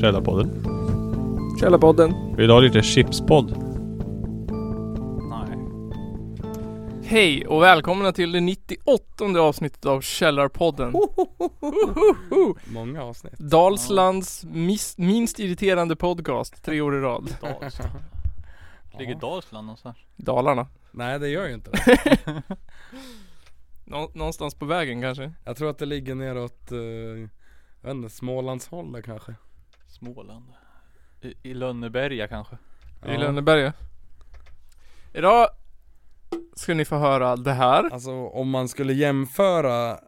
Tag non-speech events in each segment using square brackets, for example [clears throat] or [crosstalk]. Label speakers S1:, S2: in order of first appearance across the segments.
S1: Källarpodden.
S2: Källarpodden.
S1: Vill du ha lite chipspodd?
S3: Nej.
S4: Hej och välkomna till det 98 avsnittet av Källarpodden.
S3: Många avsnitt.
S4: Dalslands mis- minst irriterande podcast tre år i rad.
S3: [laughs]
S1: Dalsland.
S3: Ligger Dalsland någonstans?
S4: Dalarna.
S5: Nej det gör ju inte det.
S4: Nå- någonstans på vägen kanske.
S5: Jag tror att det ligger neråt, eh, jag vet inte, Smålandshållet kanske.
S3: Småland. I, i Lönneberga kanske?
S4: I Lönneberga. Idag ska ni få höra det här.
S5: Alltså om man skulle jämföra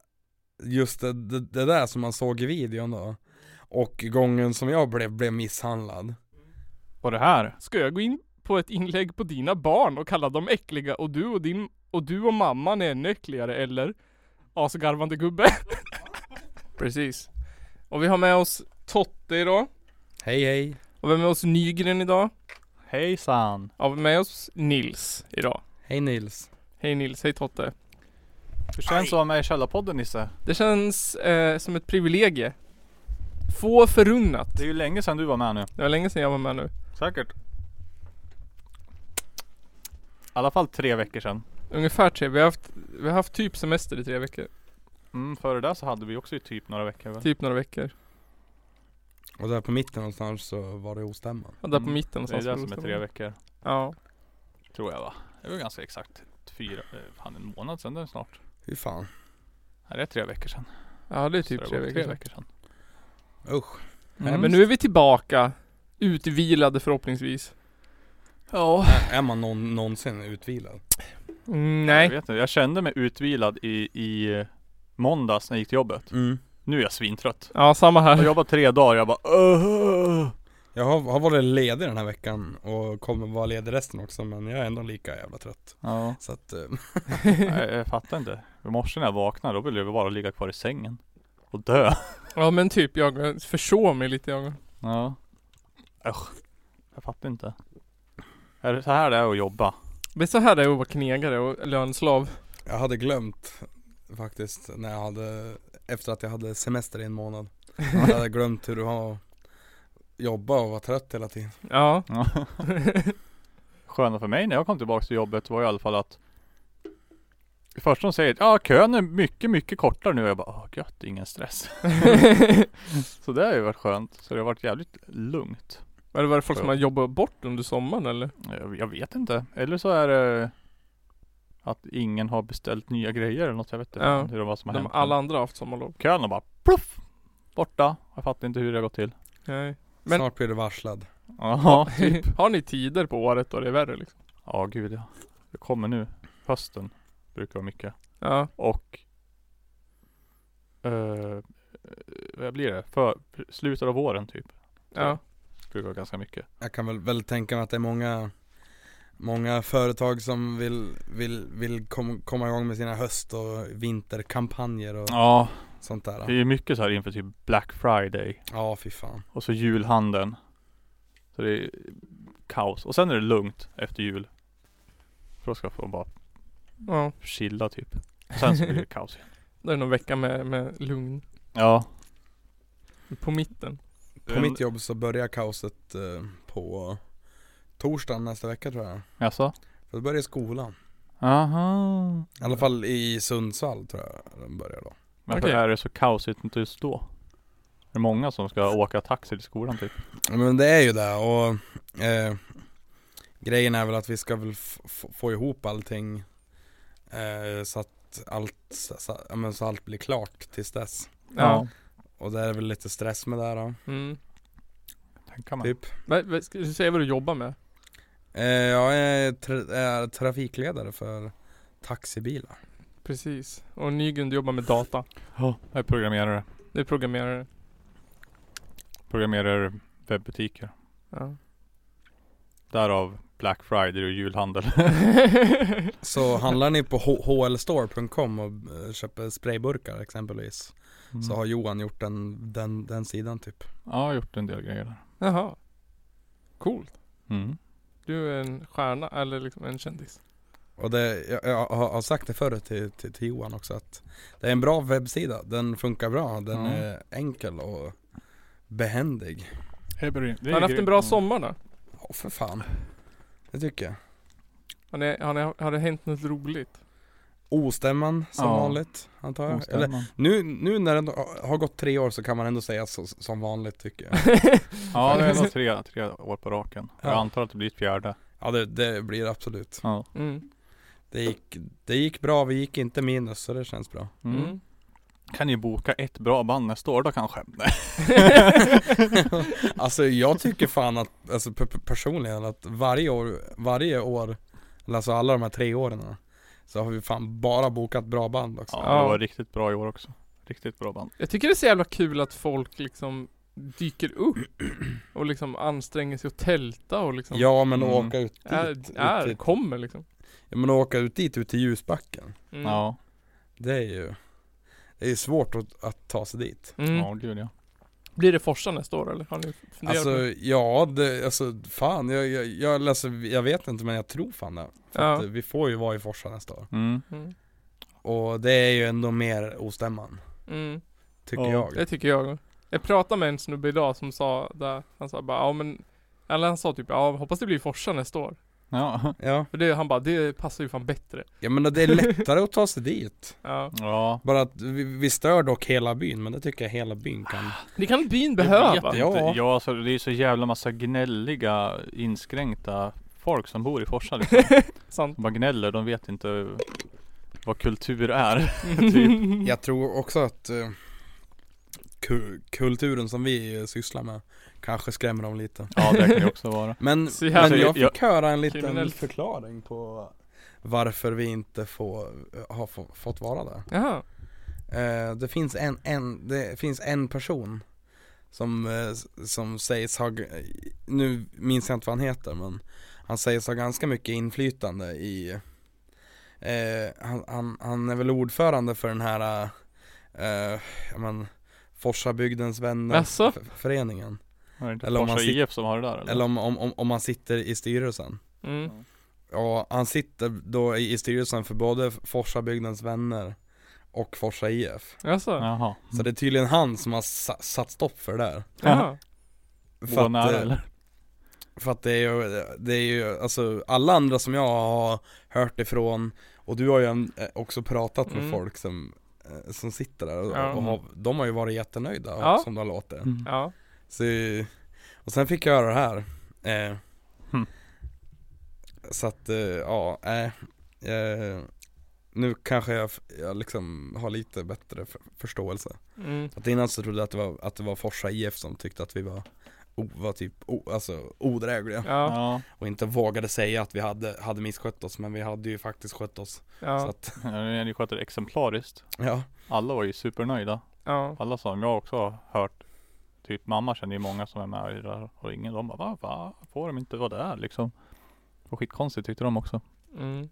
S5: just det, det, det där som man såg i videon då och gången som jag blev, blev misshandlad.
S3: Var det här?
S4: Ska jag gå in på ett inlägg på dina barn och kalla dem äckliga och du och din och du och mamman är ännu äckligare eller? Asgarvande gubbe. [laughs] Precis. Och vi har med oss Totte idag.
S5: Hej hej.
S4: Och vi har med oss Nygren idag.
S3: Hejsan!
S4: Ja, vi har med oss Nils idag.
S5: Hej Nils.
S4: Hej Nils, hej Totte.
S3: Hur känns det att vara med i Källarpodden Nisse?
S4: Det känns eh, som ett privilegie. Få förunnat.
S3: Det är ju länge sedan du var med nu.
S4: Det var länge sedan jag var med nu.
S3: Säkert. I alla fall tre veckor sedan.
S4: Ungefär tre, vi har haft, vi har haft typ semester i tre veckor.
S3: Mm, före det så hade vi också ju typ några veckor väl?
S4: Typ några veckor.
S5: Och där på mitten någonstans så var det ostämman.
S4: Ja, där på
S3: Mm,
S4: mitten
S3: Det är
S4: någonstans.
S3: det som är tre veckor.
S4: Ja.
S3: Tror jag va? Det var ganska exakt fyra, eh, fan en månad sedan det är snart.
S5: Hur fan.
S3: Nej det är tre veckor sedan.
S4: ja, det är
S3: Så det
S4: typ tre
S3: var
S4: veckor.
S3: tre
S4: sedan.
S3: veckor sedan.
S5: Usch.
S3: Mm.
S4: Nej, Eh, men nu är vi tillbaka. Utvilade förhoppningsvis.
S3: Ja.
S5: Är- Är man någon, någonsin utvilad?
S4: Mm,
S3: Nej.
S4: nej.
S3: Jag vet inte, jag kände mig utvilad i, i eh, måndags när jag gick till jobbet.
S5: Mm.
S3: Nu är jag svintrött.
S4: Ja, samma
S3: Jag har
S4: här.
S3: jobbat tre dagar, jag bara "Åh."
S5: Jag har, har varit ledig den här veckan och kommer vara ledig resten också men jag är ändå lika jävla trött.
S3: Ja,
S5: Så att, eh,
S3: jag, jag fattar inte. I morse när jag vaknade, då ville jag bara ligga kvar i sängen. Och dö.
S4: [laughs] Ja, men typ jag försov mig lite. Jag.
S3: Ja. Usch. Jag fattar inte. Är det så här det är att jobba?
S4: Det är så här det är att vara knegare och lönslav.
S5: Jag hade glömt faktiskt när jag hade Efter att jag hade semester i en månad Jag hade glömt hur det var att jobba och vara trött hela tiden
S4: Ja.
S3: Ja. [laughs] Sköna för mig när jag kom tillbaka till jobbet var i alla fall att det första de säger ja kön är mycket, mycket kortare nu. Och jag bara, ah gött,
S4: [laughs]
S3: ingen stress. så det har ju varit skönt. Så det har varit jävligt lugnt.
S4: Eller var det folk som har jobbat bort under sommaren eller?
S3: Jag, jag vet inte. Eller så är det att ingen har beställt nya grejer eller något. Jag vet inte
S4: Ja.
S3: hur det var som har
S4: När
S3: hänt.
S4: alla andra har haft sommarlov.
S3: Kön har bara pluff! Borta. Jag fattar inte hur det har gått till.
S4: Nej. Men-
S5: Snart blir du varslad
S3: Ja, typ.
S4: har ni tider på året då det är värre liksom?
S3: Ja, gud ja. Det kommer nu. Hösten brukar vara mycket.
S4: Ja.
S3: Och eh, Vad blir det? För, slutet av våren typ
S4: Ja.
S3: Brukar vara ganska mycket
S5: Jag kan väl, väl tänka mig att det är många Många företag som vill, vill, vill kom, komma igång med sina höst och vinterkampanjer och
S3: Ja
S5: sånt
S3: Det är
S5: där
S3: ju mycket så här inför typ Black Friday
S5: Ja fy fan
S3: Och så julhandeln Så det är kaos Och sen är det lugnt efter jul För då ska man bara
S4: Ja.
S3: chilla typ Sen så blir det kaos igen
S4: Det är någon vecka med, med lugn.
S3: [laughs] Ja
S4: På mitten.
S5: På mitt jobb så börjar kaoset eh, på torsdagen nästa vecka tror jag
S3: Jaså?
S5: För då börjar skolan
S3: Aha
S5: I alla fall i Sundsvall tror jag den börjar då
S3: Varför
S4: Okej.
S3: är det så kaosigt just då? Är det många som ska åka taxi till skolan typ?
S5: Ja, Men det är ju det och eh, grejen är väl att vi ska väl f- f- få ihop allting eh, så att allt, så, så, ja, men så allt blir klart tills dess.
S4: Ja.
S5: Och det är väl lite stress med det här då,
S4: Mm.
S3: Tänka mig
S5: typ.
S4: Vad- vad- Ska du säga vad du jobbar med?
S5: Eh, jag är, tra- är trafikledare för taxibilar.
S4: Precis. Och Nygren du jobbar med data.
S3: Ja, jag är programmerare.
S4: Du är programmerare.
S3: Programmerar webbutiker.
S4: [laughs] Ja.
S3: Därav Black Friday och [laughs] julhandel.
S5: Så handlar ni på H- hlstore.com och eh, köper sprayburkar exempelvis
S3: Mm.
S5: så har Johan gjort den, den, den sidan typ.
S3: [laughs] Ja, jag har gjort en del grejer där.
S4: Jaha. Coolt.
S3: Mm.
S4: Du är en stjärna eller liksom en kändis.
S5: Och det, jag, jag har har sagt det förr till, till, till Johan också att Det är en bra webbsida, den funkar bra, den
S3: Mm.
S5: är enkel och behändig
S3: Hebrin.
S4: Har han haft en
S3: Mm.
S4: bra sommar då?
S5: Ja för fan Det tycker jag
S4: Har, ni, har, ni, har det hänt något roligt?
S5: Ostämman som
S3: Ja.
S5: vanligt antar
S3: Mm.
S5: jag Eller, nu, nu när den har- har gått tre år så kan man ändå säga så, som vanligt tycker jag
S3: Ja det är nog tre, tre år på raken. Jag
S5: Ja.
S3: antar att det blir ett fjärde.
S5: Ja det, det blir absolut
S3: Ja.
S4: Mm.
S5: det gick, det gick bra, vi gick inte minus så det känns bra
S3: Mm.
S4: Mm.
S3: Kan ni boka ett bra band nästa år då kanske? Nej.
S5: Alltså jag tycker fan att, alltså pe- pe- personligen att varje år, varje år, eller alltså alla de här tre åren Så har vi fan bara bokat bra band också
S3: Ja,
S4: Ja.
S3: det var riktigt bra i år också. Riktigt bra band.
S4: Jag tycker det är så jävla kul att folk liksom dyker upp och liksom anstränger sig att tälta och liksom
S5: Ja men
S3: Mm.
S5: åka ut dit,
S4: är, är,
S5: ut dit
S4: kommer liksom.
S5: Ja men åka ut dit, ut till ljusbacken
S4: Mm.
S3: Ja.
S5: Det är ju, det är ju svårt att, att ta sig dit
S4: Mm.
S3: Ja gud ja.
S4: Blir det Forsa nästa år eller? Har ni funderat på
S5: Alltså
S4: det?
S5: ja, det, alltså fan, jag, jag, jag, alltså, jag vet inte men jag tror fan det För
S4: Ja.
S5: att vi får ju vara i Forsa nästa år
S3: Mm.
S4: Mm.
S5: Och det är ju ändå mer ostämman,
S4: Mm.
S5: tycker
S3: Ja.
S5: jag
S4: Det tycker jag Jag pratade med en snubbe idag som sa där, han sa bara ja men Eller han sa typ ja hoppas det blir Forsa nästa år.
S3: Ja. [laughs]
S5: Ja,
S4: För det, han bara det passar ju fan bättre.
S5: ja men det är lättare att ta sig dit
S4: [laughs] Ja.
S3: Ja.
S5: Bara att vi, vi stör dock hela byn, men det tycker jag hela byn kan
S4: Det kan byn
S3: Jag
S4: behöva.
S3: vet
S5: Ja.
S3: inte. Ja alltså det är så jävla massa gnälliga inskränkta folk som bor i Forsa liksom. [laughs]
S4: Sant.
S3: De bara gnäller, de vet inte vad kultur är. Typ.
S4: Mm.
S5: Jag tror också att eh, ku- kulturen som vi eh, sysslar med kanske skrämmer dem lite
S3: Ja det kan det också [laughs] vara.
S5: Men,
S4: Så
S5: men
S4: jävla-
S5: jag fick
S3: jag-
S5: höra en liten
S4: Kriminellt.
S5: förklaring på varför vi inte får, eh, har få, fått vara där
S4: Jaha.
S5: Eh, det, finns en, en, det finns en person som, eh, s- som sägs ha, g- nu minns jag inte vad han heter men han sägs ha ganska mycket inflytande i, eh, han, han, han är väl ordförande för den här, eh, ja men Forsabygdens vänner
S4: Jaså?
S5: f- föreningen
S3: Är det inte
S5: Eller om man
S3: Forsa
S5: sit-
S3: IF som har det där eller?
S5: Eller om, om, om, om man sitter i styrelsen
S4: Mm.
S5: Ja, han sitter då i i styrelsen för både Forsabygdens vänner och Forsa IF
S4: Jaså? Ja.
S3: Jaha.
S5: Så det är tydligen han som har sa- satt stopp för det där
S4: Jaha.
S5: För
S3: Bor
S5: att,
S3: nära
S5: eh,
S3: eller?
S5: för att det är ju, det är ju, alltså alla andra som jag har hört ifrån Och du har ju en- eh, också pratat med
S4: Mm.
S5: folk som, eh, som sitter där och,
S4: Ja.
S5: och har, de har ju varit jättenöjda
S4: Ja. Mm.
S5: som det låter
S3: Mm.
S4: Ja.
S5: Så, och sen fick jag höra det här eh,
S4: Hm.
S3: Hmm.
S5: Så att, eh, ja, eh, eh, nu kanske jag, f- jag liksom har lite bättre f- förståelse
S4: Mm.
S5: Att innan så trodde jag att det var, att det var Forsa IF som tyckte att vi var, o, var typ, o, alltså odrägliga
S4: Ja.
S3: Ja.
S5: och inte vågade säga att vi hade, hade misskött oss men vi hade ju faktiskt skött oss så
S4: Ja.
S5: att,
S3: ja. Ni sköter det exemplariskt.
S5: ja
S3: Alla var ju supernöjda.
S4: Ja.
S3: Alla som jag också har hört. Typ mamma känner ju många som är med i det där och ingen de bara va, va? Får de inte vara där liksom? Och skitkonstigt tyckte de också.
S4: Mm.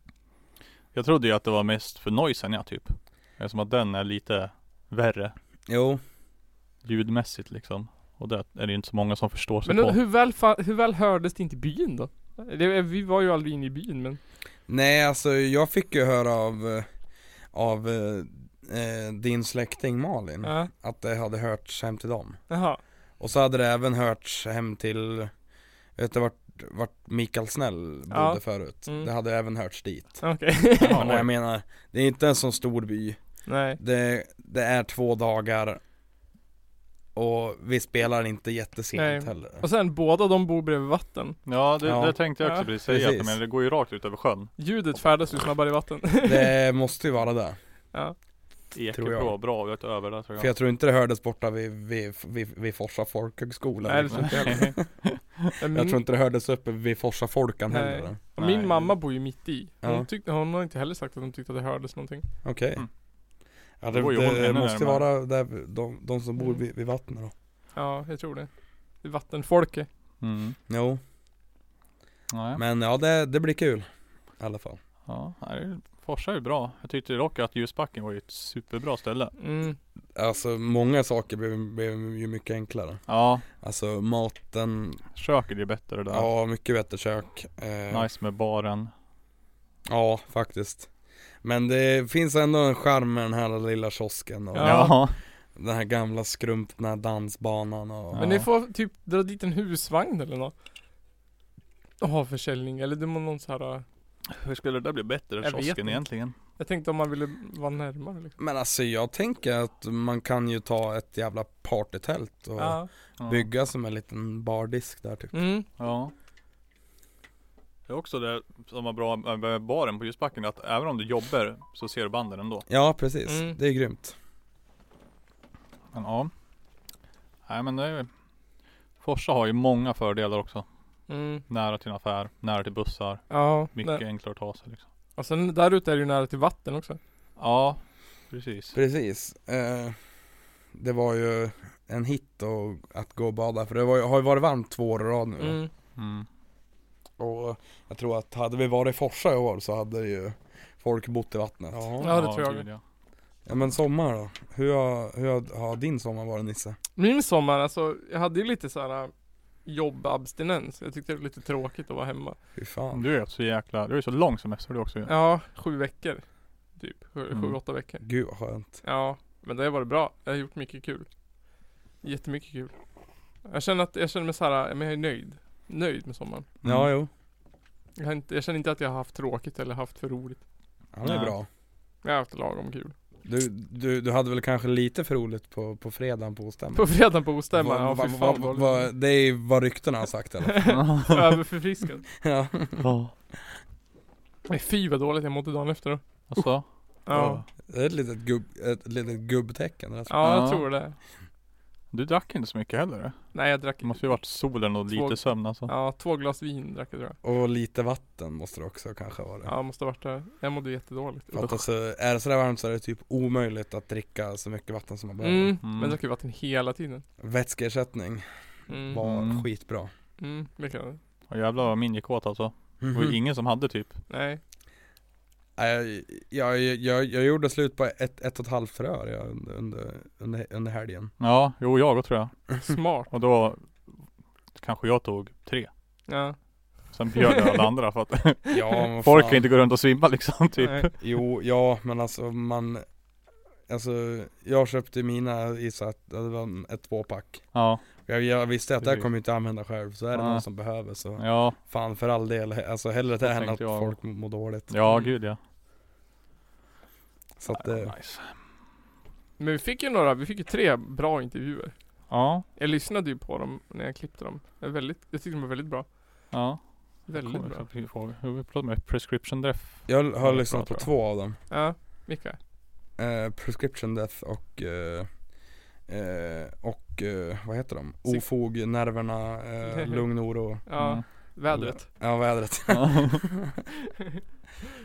S3: Jag trodde ju att det var mest för noisen ja typ. Eftersom att den är lite värre
S5: Jo,
S3: ljudmässigt liksom. Och det är det ju inte så många som förstår sig
S4: Men
S3: på.
S4: hur väl, fa- hur väl hördes det inte i byn då? Det, vi var ju aldrig inne i byn men
S5: nej alltså jag fick ju höra av, eh, av eh, eh, din släkting Malin
S4: ja.
S5: att det hade hörts hem till dem
S4: Jaha.
S5: Och så hade det även hörts hem till, vet du vart, vart Mikael Snäll bodde
S4: Ja.
S5: förut?
S4: Mm.
S5: Det hade även hörts dit
S4: Okej. [laughs]
S3: Jaha,
S5: Men jag
S3: oj.
S5: menar, det är inte en sån stor by
S4: Nej.
S5: Det, det är två dagar och vi spelar inte jättesent
S4: Nej.
S5: heller
S4: Och sen båda de bor bredvid vatten.
S3: Ja, det,
S5: Ja.
S3: det tänkte jag också
S4: Ja.
S3: precis säga.
S5: Precis.
S3: att Men det går ju rakt ut över sjön.
S4: Ljudet färdas ju snabbare i vatten.
S5: Det måste ju vara det,
S4: [laughs] ja.
S5: Tror jag.
S3: Ekebro, bra, vi har ett över där tror jag.
S5: för jag tror inte det hördes borta vid, vid, vid, vid Forsa folkhögskola
S4: Nej, det tror inte jag heller. Men
S5: [laughs] Jag tror inte det hördes uppe vid Forsa folkan
S4: Nej.
S5: heller
S4: min, min
S3: Nej.
S4: mamma bor ju mitt i. Hon,
S5: Ja.
S4: tyckte, hon har inte heller sagt att hon tyckte att det hördes någonting.
S5: Okej
S3: Mm.
S5: Ja
S3: Då går ju
S5: det,
S3: hon
S5: det
S3: ännu
S5: måste
S3: närmare.
S5: vara där, de, de som
S4: Mm.
S5: bor vid, vid vattnet då
S4: Ja, jag tror det. Det är Vattenfolket.
S3: Mm.
S5: Jo
S3: Nej.
S5: Men ja, det, det blir kul i alla fall.
S3: Ja, nej, Forsa är ju bra. Jag tyckte dock att ljusbacken var ju ett superbra ställe.
S4: Mm.
S5: Alltså många saker blev, blev ju mycket enklare.
S3: Ja,
S5: Alltså maten,
S3: köket är ju bättre där.
S5: ja mycket bättre kök. Eh,
S3: Nice med baren.
S5: Ja, faktiskt. Men det finns ändå en charm med den här lilla kiosken och
S3: Ja.
S5: den här gamla skrumpna dansbanan och
S4: Men
S3: Ja.
S4: ni får typ dra dit en husvagn eller något. Och ha försäljning eller det var någon så här. äh,
S3: [laughs] Hur skulle det där bli bättre än
S4: Jag vet
S3: kiosken
S4: inte.
S3: egentligen?
S4: Jag tänkte om man ville vara närmare liksom.
S5: Men alltså jag tänker att man kan ju ta ett jävla partytält och
S4: Ja.
S3: Ja.
S5: bygga som en liten bardisk där typ
S4: Mm.
S3: Ja. Det är också det som var bra med baren på ljusbacken, att även om du jobbar så ser du banden ändå.
S5: Ja precis,
S4: Mm.
S5: det är grymt
S3: Men ja. Nej men det är ju... Forsa har ju många fördelar också.
S4: Mm.
S3: Nära till en affär, nära till bussar,
S4: Ja.
S3: mycket
S4: Nej.
S3: enklare att ta sig liksom.
S4: Och sen där ute är det ju nära till vatten också.
S3: Ja, precis.
S5: Precis eh, Det var ju en hit och att gå och bada för det var, ju- har ju varit varmt två år i rad nu
S4: Mm.
S3: Mm.
S5: Och jag tror att hade vi varit i Forsa i år så hade det ju folk bott i vattnet
S4: Ja, det tror jag.
S3: gud, ja.
S5: Ja, men sommar då? Hur har, hur har, har din sommar varit Nisse?
S4: Min sommar alltså, jag hade ju lite så här äh, jobbabstinens. Jag tyckte det var lite tråkigt att vara hemma.
S5: Fy fan
S3: Du är så jäkla, du är så lång semester du också ju.
S4: Ja, sju veckor. Typ, sju, sju
S3: Mm.
S4: åtta veckor.
S5: Gud vad skönt
S4: Ja, men det har varit bra. Jag har gjort mycket kul. Jättemycket kul. Jag känner att, jag känner mig såhär, men jag är nöjd. Nöjd med sommaren.
S5: Ja jo,
S4: Jag, har inte, jag känner inte att jag har haft tråkigt eller haft för roligt.
S5: ja, det är
S3: Nej.
S5: bra
S4: Jag har haft lagom kul.
S5: Du, du, du hade väl kanske lite för roligt på, på fredagen på stämman?
S4: På fredagen på ostämman, ja
S5: Vad-
S4: fy
S5: vad-
S4: fan
S5: vad-
S4: vad
S3: [laughs]
S5: vad- Det är vad ryktena har sagt eller?
S4: Överförfriskad.
S5: ja.
S3: Ja.
S4: Nej fy vad dåligt jag mådde dagen efter då.
S3: Alltså,
S4: Ja,
S5: Det är ett litet, gubb, ett litet gubbtecken alltså.
S4: ja jag
S3: Ja.
S4: tror det.
S3: du drack inte så mycket heller. eh?
S4: Nej jag drack
S3: Det måste ju varit solen och
S4: Två-
S3: lite sömn alltså.
S4: Ja, två glas vin drack jag tror jag.
S5: Och lite vatten måste det också kanske vara
S4: Ja, måste ha varit där. Jag mådde jättedåligt.
S5: För att alltså, är det sådär varmt så är det typ omöjligt att dricka så mycket vatten som man behöver
S4: Mm,
S3: Mm.
S4: men jag drack ju vatten hela tiden.
S5: Vätskeersättning
S4: Mm,
S5: var
S3: Mm.
S5: skitbra
S4: mm, verkligen.
S3: Och jävlar vad min gick åt alltså. Det
S5: Mhm.
S3: var ju
S5: Mm.
S3: ingen som hade typ.
S4: Nej.
S5: Nej, Äh, jag, jag, jag, jag gjorde slut på ett, ett och ett halvt rör jag, under, under, under, under helgen
S3: Ja, jo jag också tror jag.
S4: Smart.
S3: Och då kanske jag tog tre.
S4: Ja.
S3: Sen bjöd jag alla andra
S5: [laughs]
S3: för att
S5: Ja men
S3: folk
S5: fan.
S3: kan inte gå runt och svimma liksom typ.
S4: Nej.
S5: Jo, ja men alltså man Alltså jag köpte mina i så att det var ett tvåpack
S3: Ja,
S5: jag, jag visste att det här
S3: Precis.
S5: kommer jag inte använda själv så är det
S3: Ah. Nej.
S5: någon som behöver så
S3: ja,
S5: Fan för all del, alltså hellre det
S3: Så
S5: än att
S3: tänkte jag.
S5: folk mår dåligt
S3: ja gud ja.
S5: Så att
S3: Nej,
S5: Mm. det,
S3: nice.
S4: Men vi fick ju några, vi fick ju tre bra intervjuer.
S3: Ja,
S4: Jag lyssnade ju på dem när jag klippte dem. Det är väldigt, jag tyckte de var väldigt bra.
S3: ja.
S4: Väldigt bra.
S3: Förlåt mig, prescription death.
S5: jag har
S3: bra,
S5: lyssnat på
S3: tror jag.
S5: två av dem
S4: Ja, vilka?
S5: eh, Prescription Death och eh, eh, och eh, vad heter de?
S4: Psyk-
S5: Ofog, nerverna,
S4: [laughs]
S5: eh, lugn oro,
S4: Ja,
S3: Mm.
S4: vädret.
S5: ja vädret [laughs] Mm.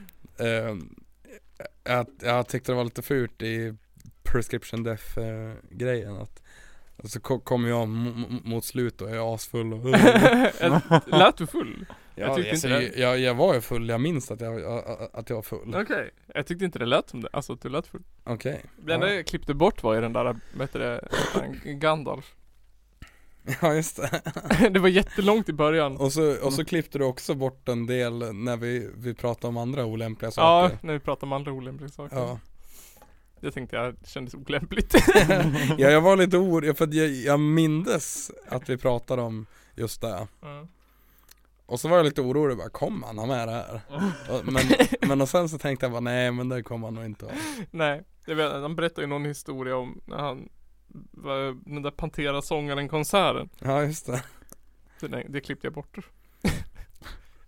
S4: [laughs]
S5: eh, jag, jag tyckte det var lite fult i prescription death eh, grejen att så ko- kom jag m- m- mot slut och jag är
S4: [laughs]
S5: asfull och [laughs]
S4: Ett- Lät du full?
S5: jag,
S4: tyckte inte det.
S5: jag, jag var ju full, jag minns att jag, jag- att jag var full
S4: Okej. Jag tyckte inte det lät som det, alltså att du lät full.
S5: Okej [laughs]
S4: Det enda jag klippte bort var ju den där, vad heter det, den Gandalf. [laughs]
S5: Ja just det.
S4: det var jättelångt i början.
S5: Och så,
S4: Mm.
S5: och så klippte du också bort en del när vi, vi pratade om andra olämpliga
S4: Ja,
S5: saker.
S4: när vi pratade om andra olämpliga saker.
S5: Ja.
S4: Det tänkte jag kändes olämpligt.
S5: ja, jag var lite orolig för att jag, jag mindes att vi pratade om just det.
S4: Mm.
S5: Och så var jag lite orolig, bara kom han ha med det här?
S4: [laughs]
S5: Och- Men, men och sen så tänkte jag bara nej men det kommer han nog inte ha.
S4: Nej, jag vet, han berättade ju någon historia om när han var- den där Pantera-sångaren-konserten.
S5: Ja just det.
S4: Så nej, Det klippte jag [laughs] bort.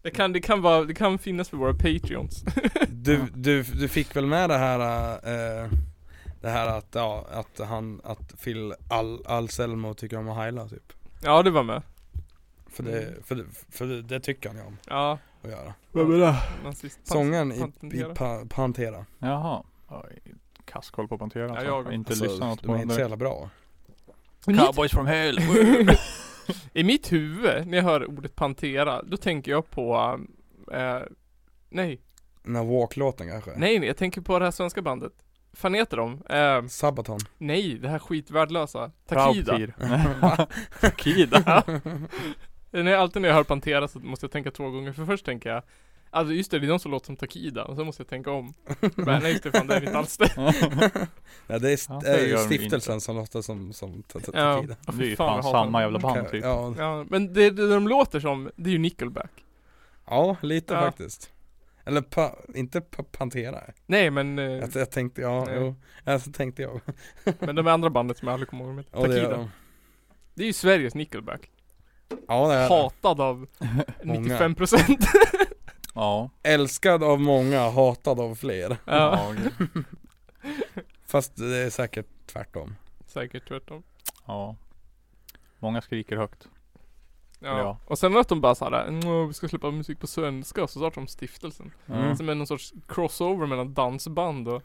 S4: Det kan, det kan vara, det kan finnas för våra Patreons.
S5: Du, du, du fick väl med det här eh, det här att, ja, att han, att Phil Al- Anselmo tycker om att heila typ.
S4: [laughs] Ja, det var med.
S5: För
S4: Mm.
S5: det, för det, för det, det tycker han ju om
S4: Ja,
S5: att göra.
S4: Vem är
S3: det?
S4: nazist.
S5: Sångaren i, i
S4: Pantera.
S5: pa, Pantera.
S3: Jaha. Kass koll på Pantera.
S4: Ja,
S3: alltså.
S4: jag-
S3: har inte
S5: Alltså,
S3: lyssnat något
S5: de
S3: på
S5: är inte så
S3: dem.
S5: jävla bra.
S4: I mitt,
S3: from hell.
S4: I mitt huvud, när jag hör ordet Pantera, då tänker jag på eh, Nej,
S5: Den här walk-låten kanske?
S4: nej, nej, jag tänker på det här svenska bandet. Fan heter de? Eh,
S5: Sabaton.
S4: nej, det här skitvärdelösa. Takida.
S3: [laughs] Takida. [laughs] Takida.
S4: Eh, Det är alltid när jag hör Pantera så måste jag tänka två gånger, för först tänker jag Alltså just det, det är någon som låter som Takida och så måste jag tänka
S5: [laughs]
S4: om. Men nej just det, fan det är inte alls det.
S5: Nej
S3: Ja,
S5: det är, st-
S3: det
S5: är ju
S3: gör de
S5: stiftelsen som låter som, som t- t-
S4: Ja.
S5: Takida.
S4: Ja,
S3: Det är
S4: [laughs] fy
S3: ju
S4: fan, jag
S3: fan
S4: hatar
S3: samma
S4: dem.
S3: jävla band typ.
S5: [laughs] Ja,
S4: Ja, men det, det de låter som, det är ju Nickelback.
S5: ja lite
S4: Ja.
S5: faktiskt. Eller pa, inte pa, Pantera.
S4: Nej men, eh,
S5: [laughs] Jag, jag tänkte, ja,
S4: Nej.
S5: jo. Ja, så tänkte jag.
S4: men de andra bandet som jag aldrig kommer ihåg med.
S5: Ja, det
S4: Takida.
S5: gör
S4: Det,
S5: de.
S4: är ju Sveriges Nickelback.
S5: Ja, det är det.
S4: Hatad av
S5: [laughs] Många.
S4: 95%
S3: Ja.
S5: Älskad av många, hatad av fler.
S4: Ja,
S3: Ja. gud.
S5: Fast det är säkert tvärtom.
S4: [laughs]
S5: [laughs]
S4: säkert tvärtom.
S3: ja. Många skriker högt.
S4: Ja.
S3: Ja.
S4: och sen att de bara såhär, "Nå, vi ska släppa musik på svenska, och så startar de stiftelsen.
S5: Mm.
S4: Som är någon sorts crossover mellan dansband och,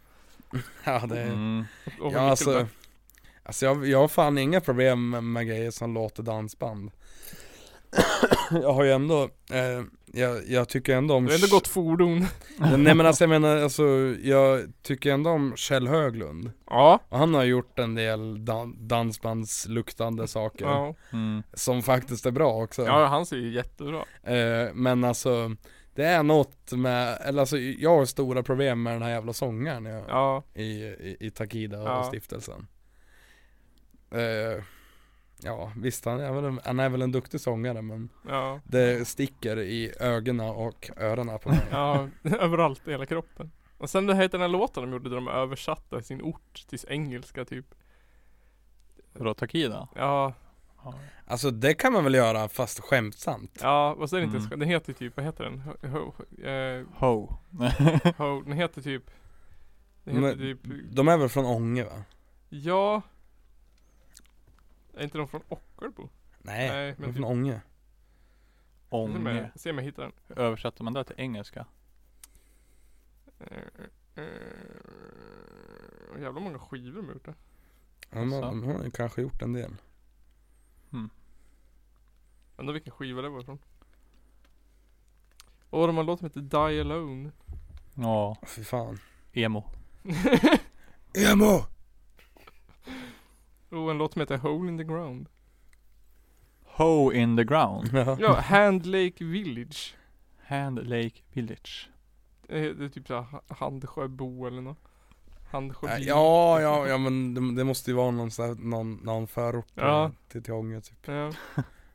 S5: Ja, det är...
S3: Mm.
S4: och
S5: Ja, alltså,
S4: Nickelback.
S5: alltså jag, jag har fan inga problem med, med grejer som låter dansband. [coughs] jag har ju ändå, eh, jag, jag tycker ändå om...
S4: Det är ändå gott fordon.
S5: Nej men alltså jag menar, alltså, jag tycker ändå om Kjell Höglund.
S4: Ja,
S5: Och han har gjort en del dan- dansbandsluktande
S4: [laughs]
S5: saker.
S4: ja.
S3: Mm.
S5: Som faktiskt är bra också.
S4: ja han ser ju jättebra.
S5: Eh, men alltså, det är något med, eller alltså jag har stora problem med den här jävla sångaren jag,
S4: Ja,
S5: i, i, i Takida och
S4: Ja.
S5: stiftelsen. Eh, ja visst han är, väl en, han är väl en duktig sångare men
S4: ja,
S5: det sticker i ögonen och öronen på
S4: [laughs]
S5: mig.
S4: ja. Överallt i hela kroppen. Och sen det här heter den här låten de gjorde där de översatte sin ort till engelska typ.
S3: Vadå Takida?
S4: Ja,
S5: Alltså det kan man väl göra fast skämtsamt.
S4: ja, och så är det inte ens,
S3: Mm.
S4: den heter typ, vad heter den? Ho, ho, eh,
S3: Ho.
S4: ho, den heter typ, den heter
S5: Men-
S4: typ
S5: De är väl från Ånge va?
S4: Ja Är inte de från Ockelbo?
S5: Nej,
S4: Nej, men
S5: de
S4: typ-
S5: är från Ånge.
S4: Se om
S3: Ånge.
S4: jag- Se om jag hittar den
S3: Översätter man det till engelska?
S4: Eh, eh, Jävla många skivor de har gjort det
S5: De, har-
S3: Asså.
S5: de har ju kanske gjort en del.
S4: Undrar vilken skiva det var ifrån Och de har en låt som heter Die Alone
S3: Ja.
S5: Fy fan.
S3: Emo.
S5: Emo! [laughs]
S4: Och Oh, en låt som heter Hole in the Ground
S3: Ho in the ground.
S4: Ja, Hand Lake Village
S3: Hand Lake Village.
S4: Eh, Det är typ såhär ha- Handsjöbo eller något Handsjöbo
S5: Ja, ja, ja men det, det måste ju vara någon, sån här, någon, någon förort
S4: Ja.
S5: till, till Ånge typ.
S4: ja.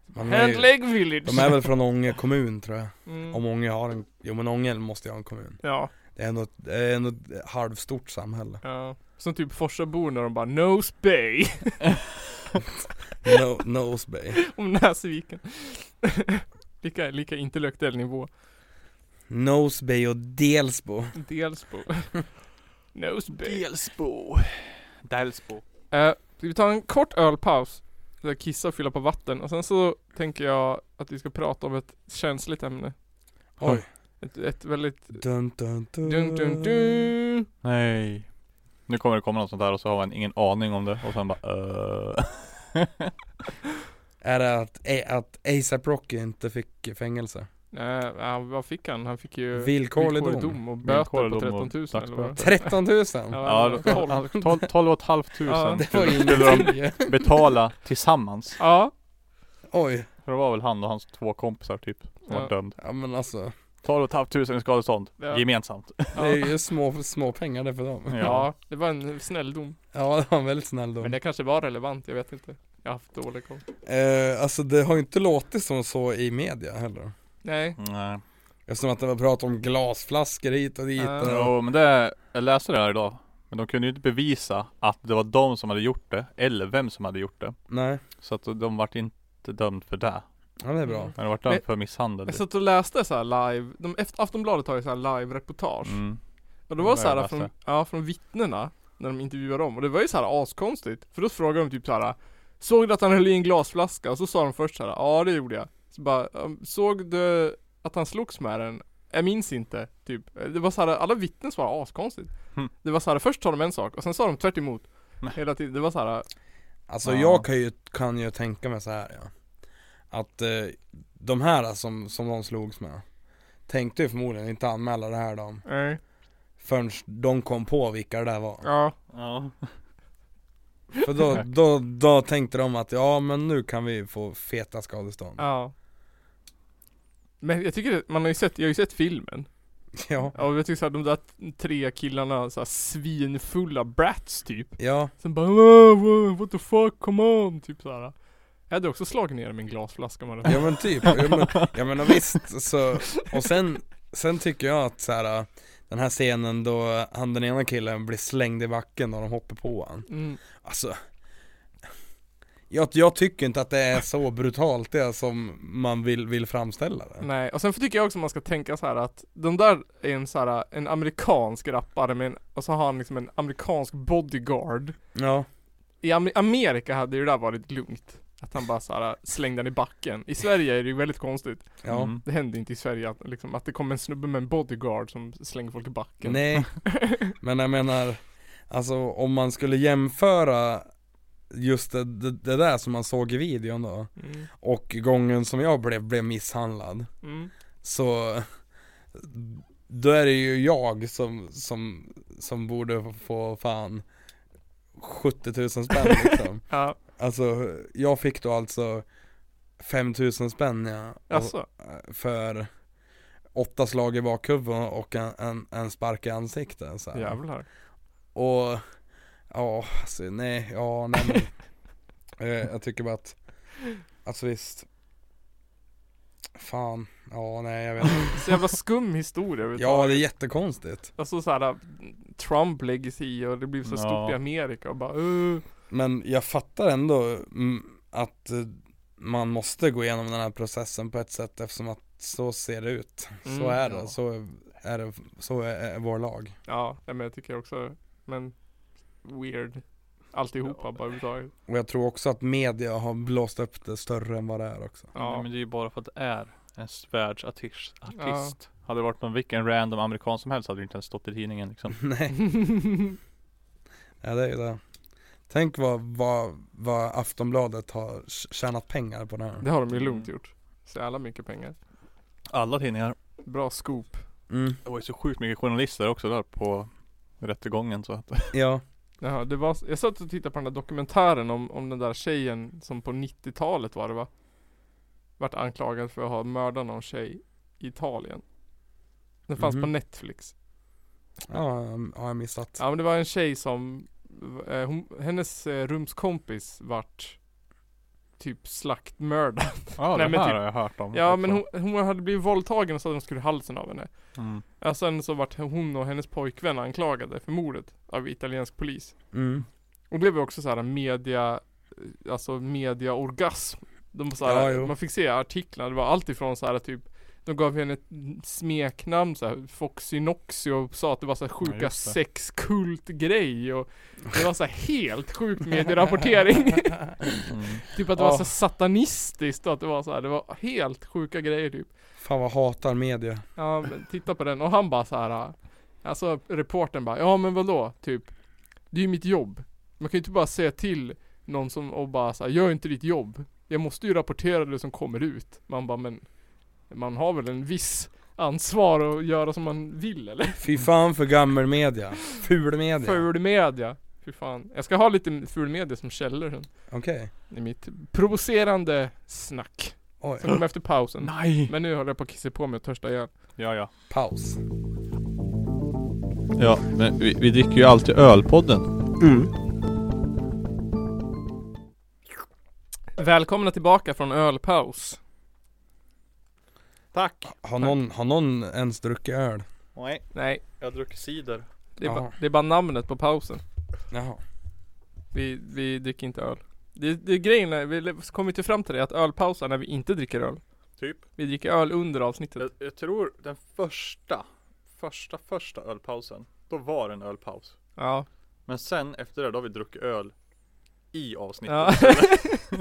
S5: Man är,
S4: Hand
S5: ju-
S4: Lake Village
S5: de är väl från Ånge kommun tror jag.
S4: Mm.
S5: Om Ånge har en, jo men Ånge måste ju ha en kommun.
S4: Ja
S5: Det är ändå ett, det är ändå ett halvstort samhälle.
S4: Ja, som typ Forsabor när de bara 'Nose Bay'
S5: No, Nose Bay.
S4: [laughs] om Näsviken. [laughs] lika, lika intellektuell nivå.
S5: Nose Bay och Delsbo.
S4: Delsbo. [laughs] Nose Bay.
S3: Delsbo. Delsbo.
S4: Eh, ska vi ta en kort ölpaus? Så jag Kissa och fylla på vatten och sen så tänker jag att vi ska prata om ett känsligt ämne.
S5: Oj.
S4: Ett, ett väldigt
S5: Dun, dun, dun.
S4: dun dun dun.
S3: Nej. Nu kommer det komma något sånt där och så har man ingen aning om det och sen bara uh.
S5: Är det att, eh, att ASAP Rocky inte fick fängelse?
S4: Nej, ja, vad fick han? Han fick ju
S5: Villkorlig dom.
S4: och böter
S3: Villkorlig
S4: på
S3: dom
S4: 13 000
S3: och
S4: eller vad det var.
S5: 13 000?
S3: Ja,
S4: Ja,
S3: det
S4: det var 12.
S3: var 12, 12 och ett halvt
S4: Ja.
S3: tusen
S5: [laughs] Det var ju
S3: skulle de
S5: ingenting ju.
S3: betala tillsammans.
S4: [laughs] Ja.
S5: [laughs] Oj,
S3: För det var väl han och hans två kompisar typ som
S4: Ja.
S3: var dömd.
S5: ja men alltså.
S3: 12 och ett halvt tusen i skadestånd.
S4: Ja.
S3: Gemensamt.
S5: Det är ju små, små pengar det för dem.
S4: ja, det var en snäll dom.
S5: Ja det var en väldigt snäll dom.
S4: Men det kanske var relevant, jag vet inte. Jag har haft dålig koll.
S5: Eh, alltså det har ju inte låtit som så i media heller.
S4: Nej.
S3: Nej.
S5: Eftersom att det var prat om glasflaskor hit och dit.
S4: Ja.
S5: och-
S3: Jo men det, jag läste det här idag. Men de kunde ju inte bevisa att det var de som hade gjort det eller vem som hade gjort det.
S5: Nej,
S3: Så att de vart inte dömd för det.
S5: ja, det är
S4: Mm.
S5: bra.
S3: Men de vart
S4: Men-
S3: dömd
S4: Alltså-
S3: för misshandel.
S4: Jag satt och läste så här live, de, efter Aftonbladet har ju så här live-reportage.
S3: Mm.
S4: Och det var
S3: det
S4: så
S3: har
S4: här
S3: jag
S4: från,
S3: läst
S4: ja, från vittnena, när de intervjuade dem. Och det var ju så här askonstigt. För då frågade de typ så här. Såg du att han höll i en glasflaska? Och så sa de först så här. ja det gjorde jag. Så bara, "Ehm, såg du att han slogs med den? Jag minns inte, typ. Det var så här, alla vittnen svarade askonstigt.
S3: Hmm.
S4: Det var så här, först sa de en sak och sen sa de tvärt emot. Hela tiden, det var så här,
S5: Alltså
S3: Ja.
S5: jag kan ju, kan ju tänka mig så här ja. Att eh, de här som, som de slogs med tänkte ju förmodligen inte anmäla det här då
S4: nej,
S5: förrän de kom på vilka det där var.
S4: ja.
S3: Ja.
S5: För då, då, då tänkte de att ja men nu kan vi få feta skadestånd.
S4: Ja Men jag tycker att man har ju sett, jag har ju sett filmen.
S5: [laughs] Ja.
S4: Ja, och jag tycker såhär de där tre killarna, såhär svinfulla brats typ.
S5: Ja.
S4: Sen bara "Wow, wow, what the fuck, come on, typ såhär. Jag hade också slagit ner min glasflaska med det.
S5: Ja men typ, ja men, ja, men visst så, och sen, sen tycker jag att så här, den här scenen då han den ena killen blir slängd i backen och de hoppar på han
S4: Mm.
S5: Alltså jag, jag tycker inte att det är så brutalt det som man vill, vill framställa det
S4: Nej, och sen för tycker jag också man ska tänka så här att de där är en så här, en amerikansk rappare med en, och så har han liksom en amerikansk bodyguard.
S5: Ja,
S4: I Am- Amerika hade ju det där varit lugnt. Att han bara så här slängde den i backen. I Sverige är det ju väldigt konstigt.
S5: ja
S3: Mm.
S4: Det händer inte i Sverige att, liksom, att det kommer en snubbe med en bodyguard som slänger folk i backen.
S5: Nej, men jag menar Alltså om man skulle jämföra just det, det, det där som man såg i videon då
S4: [laughs] Mm.
S5: och gången som jag blev, blev misshandlad
S4: Mm.
S5: Så Då är det ju jag som, som, som borde få fan 70 000 spänn liksom
S4: Ja,
S5: Alltså jag fick då alltså 5 000 spänn ja, och-
S4: alltså.
S5: För Åtta slag i bakhuvudet och en, en, en spark i ansiktet så här.
S4: Jävlar.
S5: Och Ja, alltså, nej, ja, nej men, eh, Jag tycker bara att Alltså visst Fan, ja nej jag vet inte.
S4: Så jävla skum historia vet
S5: Ja det är jättekonstigt
S4: Alltså såhär, Trump lägger sig i och det blir så
S3: Ja.
S4: stort i Amerika och bara uh,
S5: Men jag fattar ändå mm, att eh, man måste gå igenom den här processen på ett sätt eftersom att så ser det ut.
S4: Mm,
S5: så är det,
S3: ja.
S5: så är det, så är, är vår lag.
S4: Ja, nej, men jag tycker också, men weird. Alltihopa bara överhuvudtaget.
S5: Och jag tror också att media har blåst upp det större än vad det är också.
S4: Ja.
S3: Nej, men det är ju bara för att det är en världsartist.
S4: Ja.
S3: Artist. Hade det varit någon vilken random amerikan som helst hade det inte ens stått i tidningen liksom.
S5: [laughs] Nej, ja, det är ju det. Tänk vad, vad, vad Aftonbladet har tj- tjänat pengar på det här.
S4: det har de ju lugnt
S3: Mm.
S4: gjort. Så jävla mycket pengar.
S3: [clears throat] Alla tidningar.
S4: Bra scoop.
S5: Mm,
S3: Det var ju så sjukt mycket journalister också där på rättegången så att
S5: ja,
S4: Jaha, det var, jag satt och tittade på den där dokumentären om, om den där tjejen som på 90-talet var det va? Vart anklagad för att ha mördat någon tjej i Italien. Den fanns
S5: Mhm.
S4: på Netflix.
S5: ja har jag missat.
S4: Ja men det var en tjej som, eh, hon, hennes eh, rumskompis vart typ slaktmördad.
S3: Ja
S4: Nej,
S3: det
S4: men
S3: här
S4: typ-
S3: har jag hört om
S4: Ja
S3: också.
S4: men hon, hon hade blivit våldtagen och så att de skulle halsen av henne.
S3: mm.
S4: Ja, sen så vart hon och hennes pojkvän anklagade för mordet av italiensk polis.
S5: Mm.
S4: Och det var också så här media, alltså mediaorgasm. De så här,
S5: Ja, jo.
S4: man fick se artiklar, det var allt ifrån så här typ de gav henne ett smeknamn så här, Foxy Noxy och sa att det var så här
S3: Ja,
S4: sjuka
S3: just det.
S4: sexkultgrej och Det var så här helt sjuk
S5: [laughs]
S4: medierapportering
S3: Mm.
S4: Typ att det var så
S5: Ja.
S4: här satanistiskt och att det var så här, det var helt sjuka grejer typ
S5: Fan vad hatar media.
S4: Ja men titta på den och han bara så här. Alltså reportern bara, ja men vadå? Typ Det är ju mitt jobb Man kan ju inte bara säga till någon som och bara så här, gör inte ditt jobb Jag måste ju rapportera det som kommer ut Man bara men Man har väl en viss ansvar att göra som man vill eller?
S5: Fy fan för gammal media. Ful media.
S4: Ful media Fy fan Jag ska ha lite ful media som källor sen
S5: Okej.
S4: I mitt provocerande snack
S5: Oj,
S4: Som kommer efter pausen
S3: Nej!
S4: Men nu håller jag på att kissa på mig och törsta igen
S3: Ja ja
S5: paus.
S1: Ja, men vi, vi dricker ju alltid ölpodden.
S4: Välkomna tillbaka från ölpaus Tack!
S5: Har någon, har någon ens druckit öl?
S3: Nej,
S4: Nej,
S3: jag druckit cider
S4: det är,
S5: Jaha.
S4: ba, det är bara namnet på pausen
S5: Jaha.
S4: Vi, vi dricker inte öl det, det grejen är, vi kommer ju fram till det att ölpausar när vi inte dricker öl
S3: Typ
S4: Vi dricker öl under avsnittet
S3: Jag, jag tror den första, första, första ölpausen, då var det en ölpaus.
S4: Ja,
S3: Men sen efter det, då har vi druckit öl i avsnittet.
S4: ja.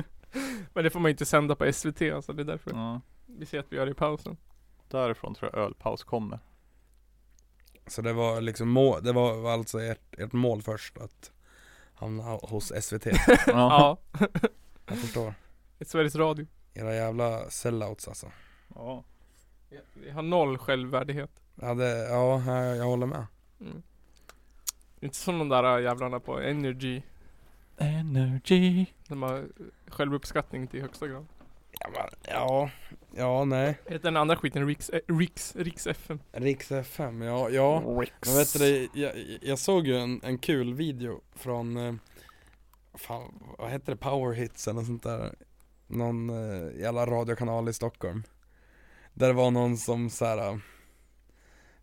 S4: [laughs] Men det får man ju inte sända på SVT alltså, det är därför
S3: Ja.
S4: vi ser att vi gör det i pausen
S3: Därifrån tror jag ölpaus kommer.
S5: Så det var liksom mål, det var var alltså ert, ert mål först att hamna hos SVT?
S3: [laughs] Ja.
S4: Ja,
S5: Jag förstår.
S4: ett Sveriges Radio
S5: Era jävla sellouts alltså.
S3: ja.
S4: Vi har noll självvärdighet
S5: Ja, det, ja jag, jag håller med.
S4: mm. Inte som de där äh, jävlarna på Energy
S3: Energy.
S4: De har självuppskattning till högsta grad
S5: Ja, men, ja Ja, nej.
S4: Heter den andra skiten Riks, eh, Riks, Riks FM?
S5: Riks FM, ja, ja. Men vet du, jag, jag såg ju en, en kul video från, eh, fan, vad hette det, Power Hits eller något sånt där Någon eh, jävla radiokanal i Stockholm Där det var någon som såhär,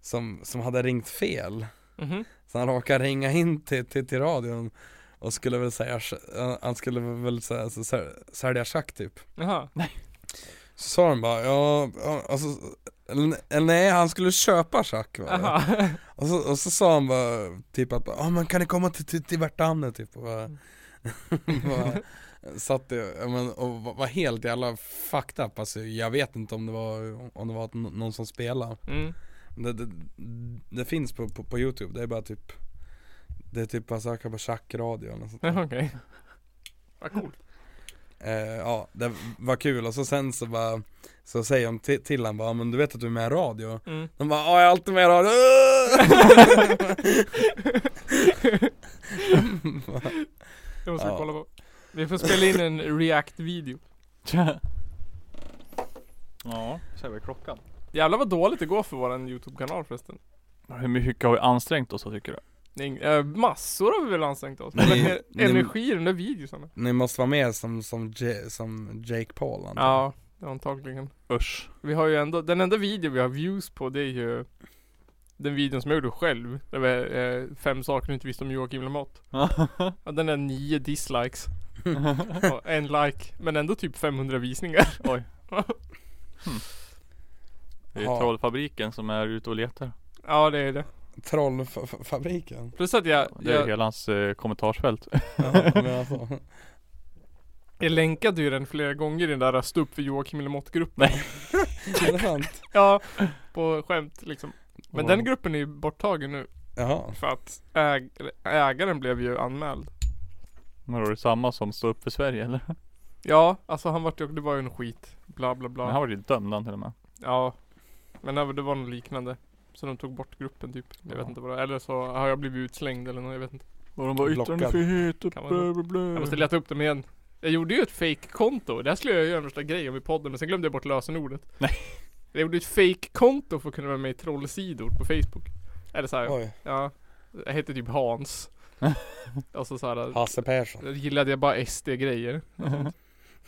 S5: som, som hade ringt fel
S4: Mhm.
S5: Så han råkade ringa in till, till, till radion och skulle väl säga, eh, han skulle väl säga, så, så, sälja schack typ
S4: Jaha.
S5: Så sa han bara, ja, ja, alltså, eller, eller nej, han skulle köpa schack va
S4: Aha.
S5: och så, och så sa han bara typ att, ja men kan ni komma till, till, till Värtahamnen typ och bara, [laughs] bara satt i- ja, men, och var var helt jävla fucked up alltså, jag vet inte om det var, om det var att nå- någon som spelade
S4: [laughs] Mm.
S5: Det, det, det finns på, på, på youtube, det är bara typ Det är typ bara söka på schackradio eller något sånt där.
S4: Okej. Vad coolt.
S5: eh, Ja, det var kul och så sen så bara Så säger hon till, till han bara, "Ja, men du vet att du är med i radio?
S4: [laughs] Mm.
S5: De bara, ja jag är alltid med i radio
S4: Det måste vi
S5: Ja.
S4: kolla på. Vi får spela in en react-video.
S3: ja, så är väl klockan.
S4: Jävlar vad dåligt det går för våran YouTube-kanal förresten.
S3: Hur mycket har vi ansträngt oss då tycker du?
S4: Det är ing- eh, massor har vi väl ansträngt oss.
S5: Men
S4: Men
S5: ni-
S4: mer
S5: ni-
S4: energi i de där videosarna.
S5: Ni måste vara med som, som, J- som Jake Paul antar jag.
S4: Ja, det är antagligen.
S3: Usch. [laughs]
S4: Vi har ju ändå, den enda video vi har views på det är ju den videon som jag gjorde själv. Det var eh, fem saker du inte visste om Joakim Lamotte. Ja, den är nio dislikes. och en like. Men ändå typ 500 visningar.
S3: Oj. Hmm. Det är
S5: Ja.
S3: trollfabriken som är ute och letar.
S4: Ja det är det.
S5: Trollfabriken?
S4: Plus att jag,
S3: Det är
S4: jag,
S3: hela hans eh, kommentarsfält. [laughs]
S5: Ja, men alltså.
S4: jag länkade ju den flera gånger i den där stå upp för Joakim Lamotte-gruppen.
S5: Är det sant?
S4: [laughs] ja, på skämt liksom. Men
S5: Wow.
S4: den gruppen är ju borttagen nu.
S5: Jaha,
S4: För att äg, ägaren blev ju anmäld.
S3: Men då är det samma som står upp för Sverige eller?
S4: Ja, alltså han vart ju, det var ju en skit. Bla bla bla.
S3: Men han var ju dömd han till och med.
S4: Ja Men det var- det var något liknande Så de tog bort gruppen typ Jag vet
S3: Ja.
S4: inte vad det var. Eller så har jag blivit utslängd eller något, jag vet inte
S3: Och de bara
S5: Blockad.
S3: yttrandefrihet och
S4: Kan
S3: bla
S4: man då?
S3: bla bla.
S4: Jag måste leta upp dem igen Jag gjorde ju ett fake-konto Det här skulle jag göra en värsta grej om i podden Men sen glömde jag bort lösenordet
S3: Nej.
S4: [laughs] Jag gjorde ett fake-konto för att kunna vara med i trollsidor på Facebook Eller såhär,
S5: oj
S4: ja Jag heter typ
S3: [laughs]
S4: Hans Och så såhär
S5: Hasse Persson
S4: då gillade jag bara SD-grejer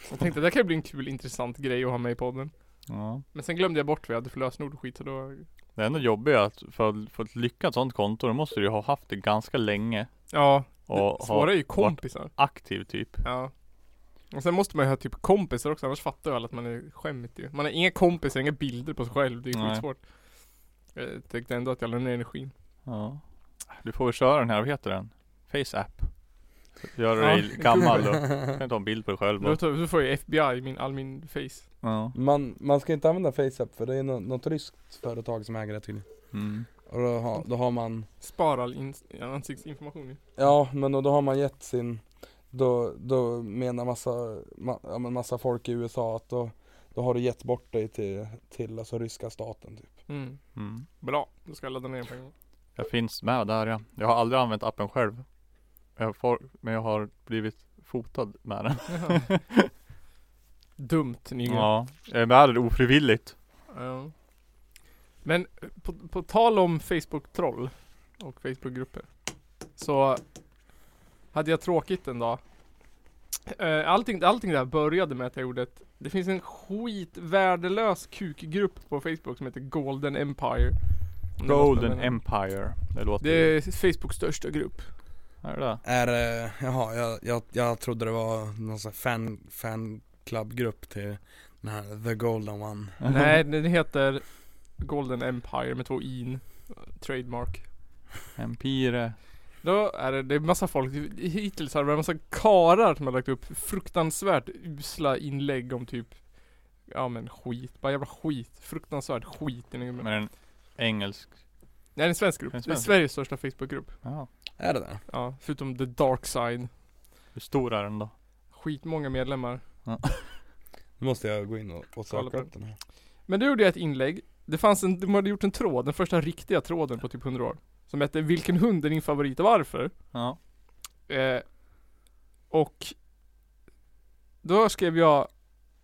S4: Jag tänkte det här kan ju bli en kul intressant grej att ha med i podden
S3: Ja.
S4: Men sen glömde jag bort vad jag hade för lösenord och skit så då
S3: Det enda jobbiga är att för, för ett lyckat sånt konto då måste du ju ha haft det ganska länge.
S4: Ja,
S3: Och
S4: det
S3: ha
S4: svåra är ju kompisar
S3: aktiv typ.
S4: Ja. Och sen måste man ju ha typ kompisar också, annars fattar ju alla att man är skämt ju. Man har inga kompisar, inga bilder på sig själv, det är ju
S3: Nej.
S4: skitsvårt. Jag tyckte ändå att jag la ner energin.
S3: Ja. Du får väl köra den här, vad heter den? Face app. Gör
S4: Ja.
S3: dig gammal
S5: [laughs]
S3: då. Kan du ta en bild på dig själv
S4: Då
S3: då.
S4: tar- då får jag FBI, min, all min face.
S3: Ja.
S5: man, man ska inte använda FaceApp för det är nå- något ryskt företag som äger det tydligen
S3: Mm.
S5: Och då har, då har man
S4: Spar all ins- ansiktsinformation ju.
S5: Ja men då, då har man gett sin Då, då menar massa, ma, ja, men massa folk i USA att då, då har du gett bort dig till, till alltså ryska staten typ
S4: Mm.
S3: Mm.
S4: Bra, då ska jag ladda ner den på en gång.
S3: Jag finns med där ja. Jag har aldrig använt appen själv. Jag får, men jag har blivit fotad med den.
S4: Jaha. Dumt Nygren.
S3: Ja. Jag är med där ofrivilligt.
S4: Ja. Men eh, på, på tal om Facebook-troll och Facebook-grupper. Så hade jag tråkigt en dag. Eh, Allting, allting det här började med att jag gjorde ett Det finns en skitvärdelös kukgrupp på Facebook som heter Golden Empire. Om det låter
S3: Golden
S4: med-
S3: Empire. Det låter
S4: Det är Facebooks största
S3: [laughs]
S4: grupp.
S3: Är det det?
S5: Är det, jaha jag, jag, jag trodde det var någon sån här fan, fanclubgrupp till den här The Golden One
S4: Nej, den heter Golden Empire med två in. Trademark.
S3: Empire.
S4: Då är det, det är massa folk, hittills har det varit massa karar som har lagt upp fruktansvärt usla inlägg om typ Ja men skit, bara jävla skit, fruktansvärt skit i den
S3: Med
S4: Nej
S3: en engelsk.
S4: det är en svensk grupp,
S3: En svensk
S4: det är
S3: grupp.
S4: Sveriges största Facebookgrupp
S3: Ja.
S5: Är det det?
S4: Ja, förutom the dark side
S3: Hur stor är den då?
S4: Skitmånga medlemmar
S5: Nu måste jag gå in och, och
S4: Kolla på
S5: söka upp den här
S4: Men då gjorde jag ett inlägg Det fanns en, de hade gjort en tråd, den första riktiga tråden på typ 100 år Som hette 'Vilken hund är din favorit och varför?'
S3: Ja.
S4: Eh, och då skrev jag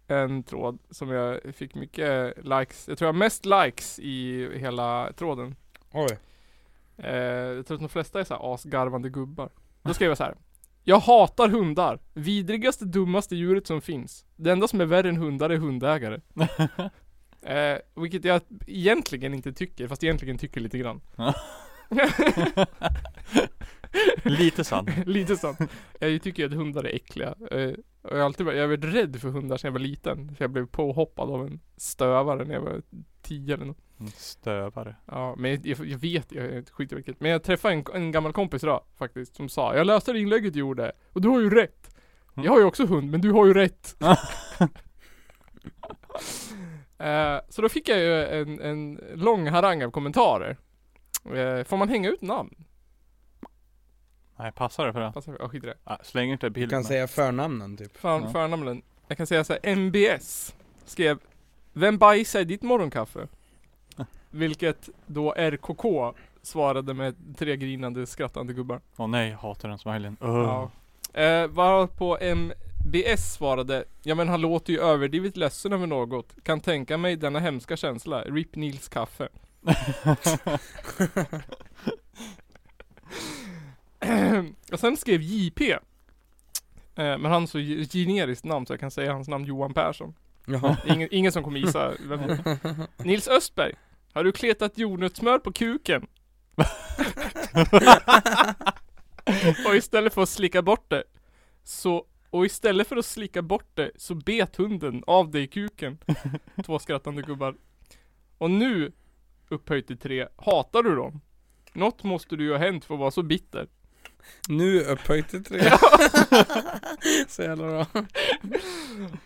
S4: en tråd som jag fick mycket likes. Jag tror jag har mest likes i hela tråden.
S5: Oj.
S4: Eh, jag tror att de flesta är så här asgarvande gubbar. Då skrev jag så här. Jag hatar hundar. Vidrigaste, dummaste djuret som finns. Det enda som är värre än hundar är
S3: [laughs]
S4: hundägare. eh, vilket jag egentligen inte tycker, fast egentligen tycker lite grann.
S3: [laughs] Lite sant.
S4: [laughs] Lite sant. Jag tycker ju att hundar är äckliga. Eh, och jag har alltid varit, jag har varit rädd för hundar sedan jag var liten. För jag blev påhoppad av en stövare när jag var tio eller något.
S3: Mm, Stövare.
S4: Ja, men jag, jag vet, jag är skit i vilket. Men jag träffade en, en gammal kompis idag faktiskt, som sa Jag läste det inlägget du gjorde, och du har ju rätt.
S3: Mm.
S4: Jag har ju också hund, men du har ju rätt. [laughs] Eh, så då fick jag ju en, en lång harang av kommentarer. Eh, får man hänga ut namn?
S3: Nej, passar det för det?
S4: Passar det? Ja, skit i det.
S3: Ah, släng inte
S5: Du
S3: bilden.
S5: kan säga förnamnen typ.
S4: Fan,
S3: Ja.
S4: förnamnen. Jag kan säga så här, MBS skrev Vem bajsar i ditt
S3: [laughs]
S4: morgonkaffe? Vilket då RKK svarade med tre grinande, skrattande gubbar.
S3: Åh nej, jag hatar den smileyn. Uh.
S4: Ja. Eh, varpå MBS svarade Ja men han låter ju överdrivet ledsen över något. Kan tänka mig denna hemska känsla. RIP Nils kaffe. [clears throat] Och sen skrev JP. Eh, men han har så ge- generiskt namn så jag kan säga hans namn Johan Persson.
S5: Jaha.
S4: Det är Ingen, ingen som kommer gissa vem det är. Nils Östberg. Har du kletat jordnötssmör på kuken? och istället för att slicka bort det så och istället för att slicka bort det så bet hunden av dig i kuken. Två skrattande gubbar. Och nu, upphöjt till tre, hatar du dem? Något måste du ju ha hänt för att vara så bitter.
S5: [laughs] Nu upphöjt till tre. [laughs] Så jävla bra.
S4: [laughs]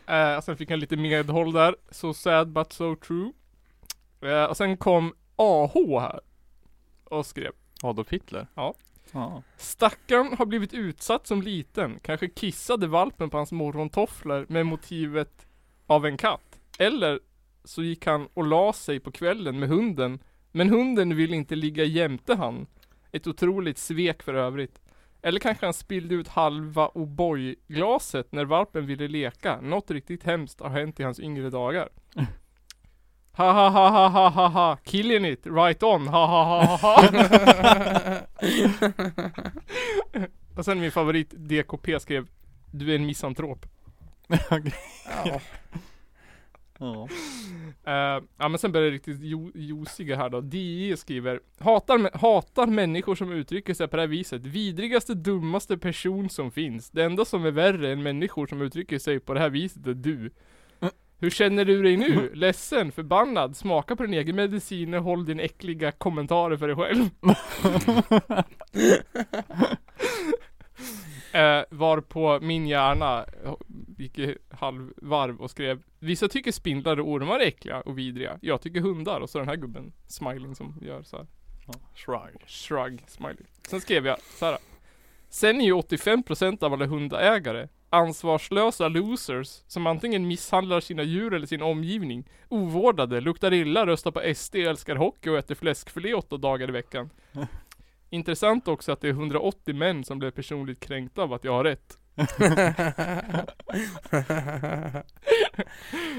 S4: Eh, och sen fick han lite medhåll där. So sad but so true. Eh, och sen kom AH här. Och skrev.
S3: Adolf Hitler?
S4: Ja.
S3: Ja.
S4: Stackarn har blivit utsatt som liten. Kanske kissade valpen på hans morgontofflor med motivet av en katt. Eller så gick han och la sig på kvällen med hunden. Men hunden vill inte ligga jämte han. Ett otroligt svek för övrigt. Eller kanske han spillde ut halva O'boy-glaset när valpen ville leka. Något riktigt hemskt har hänt i hans yngre dagar. Ha ha ha ha ha ha ha, killing it, right on, ha ha ha ha ha. Och sen min favorit DKP skrev Du är en misantrop.
S5: [laughs] Ja.
S3: Ja.
S4: Eh, ja men sen börjar det riktigt jo- josiga här då. DI skriver hatar, mä- hatar människor som uttrycker sig på det här viset. Vidrigaste, dummaste person som finns. Det enda som är värre än människor som uttrycker sig på det här viset är du. Hur känner du dig nu? Ledsen? Förbannad? Smaka på din egen medicin och håll din äckliga kommentarer för dig själv. Eh, varpå min hjärna gick i halvvarv och skrev Vissa tycker spindlar och ormar är äckliga och vidriga. Jag tycker hundar och så den här gubben, smiling som gör så här.
S3: Ja. Shrug.
S4: Shrug, smiley. Sen skrev jag så här. Sen är ju 85% av alla hundägare ansvarslösa losers som antingen misshandlar sina djur eller sin omgivning, ovårdade, luktar illa, röstar på SD, älskar hockey och äter fläskfilé åtta dagar i veckan. Intressant också att det är 180 män som blev personligt kränkta av att jag har rätt.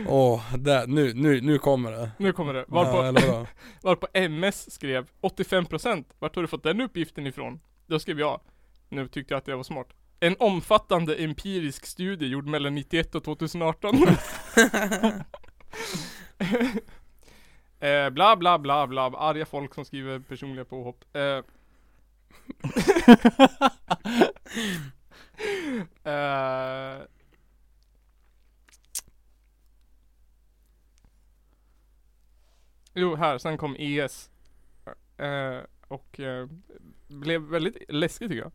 S5: Åh, där, nu, nu, nu kommer det.
S4: Nu kommer det.
S5: Ja,
S4: Varpå,
S3: [laughs]
S5: jävla bra.
S4: varpå MS skrev 85% Vart har du fått den uppgiften ifrån? Då skrev jag Nu tyckte jag att jag var smart En omfattande empirisk studie gjord mellan 91 och 2018 [laughs] eh, Bla bla bla bla Arga folk som skriver personliga påhopp eh, eh, Jo, här, sen kom ES. Eh, och eh, blev väldigt läskig tycker jag.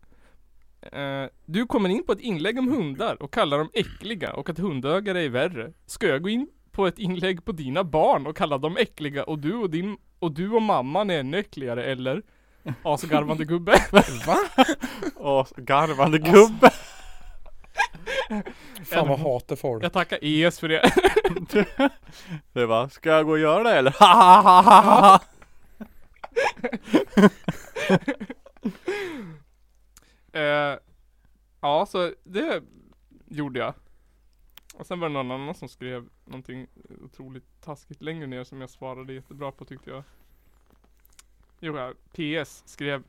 S4: Eh, du kommer in på ett inlägg om hundar och kallar dem äckliga och att hundögare är värre. Ska jag gå in på ett inlägg på dina barn och kalla dem äckliga och du och din och du och mamman är ännu äckligare eller? Asgarvande gubbe.
S3: Åh, garvande gubbe.
S5: Fan vad hatar folk.
S4: Jag tackar ES E för det.
S3: Det var, ska jag gå och göra det eller? [laughs] Ha, ha, ha, ha, ha.
S4: [laughs] Eh, ja, så det gjorde jag. Och sen var det någon annan som skrev någonting otroligt taskigt längre ner som jag svarade jättebra på tyckte jag. Jo, ja, PS skrev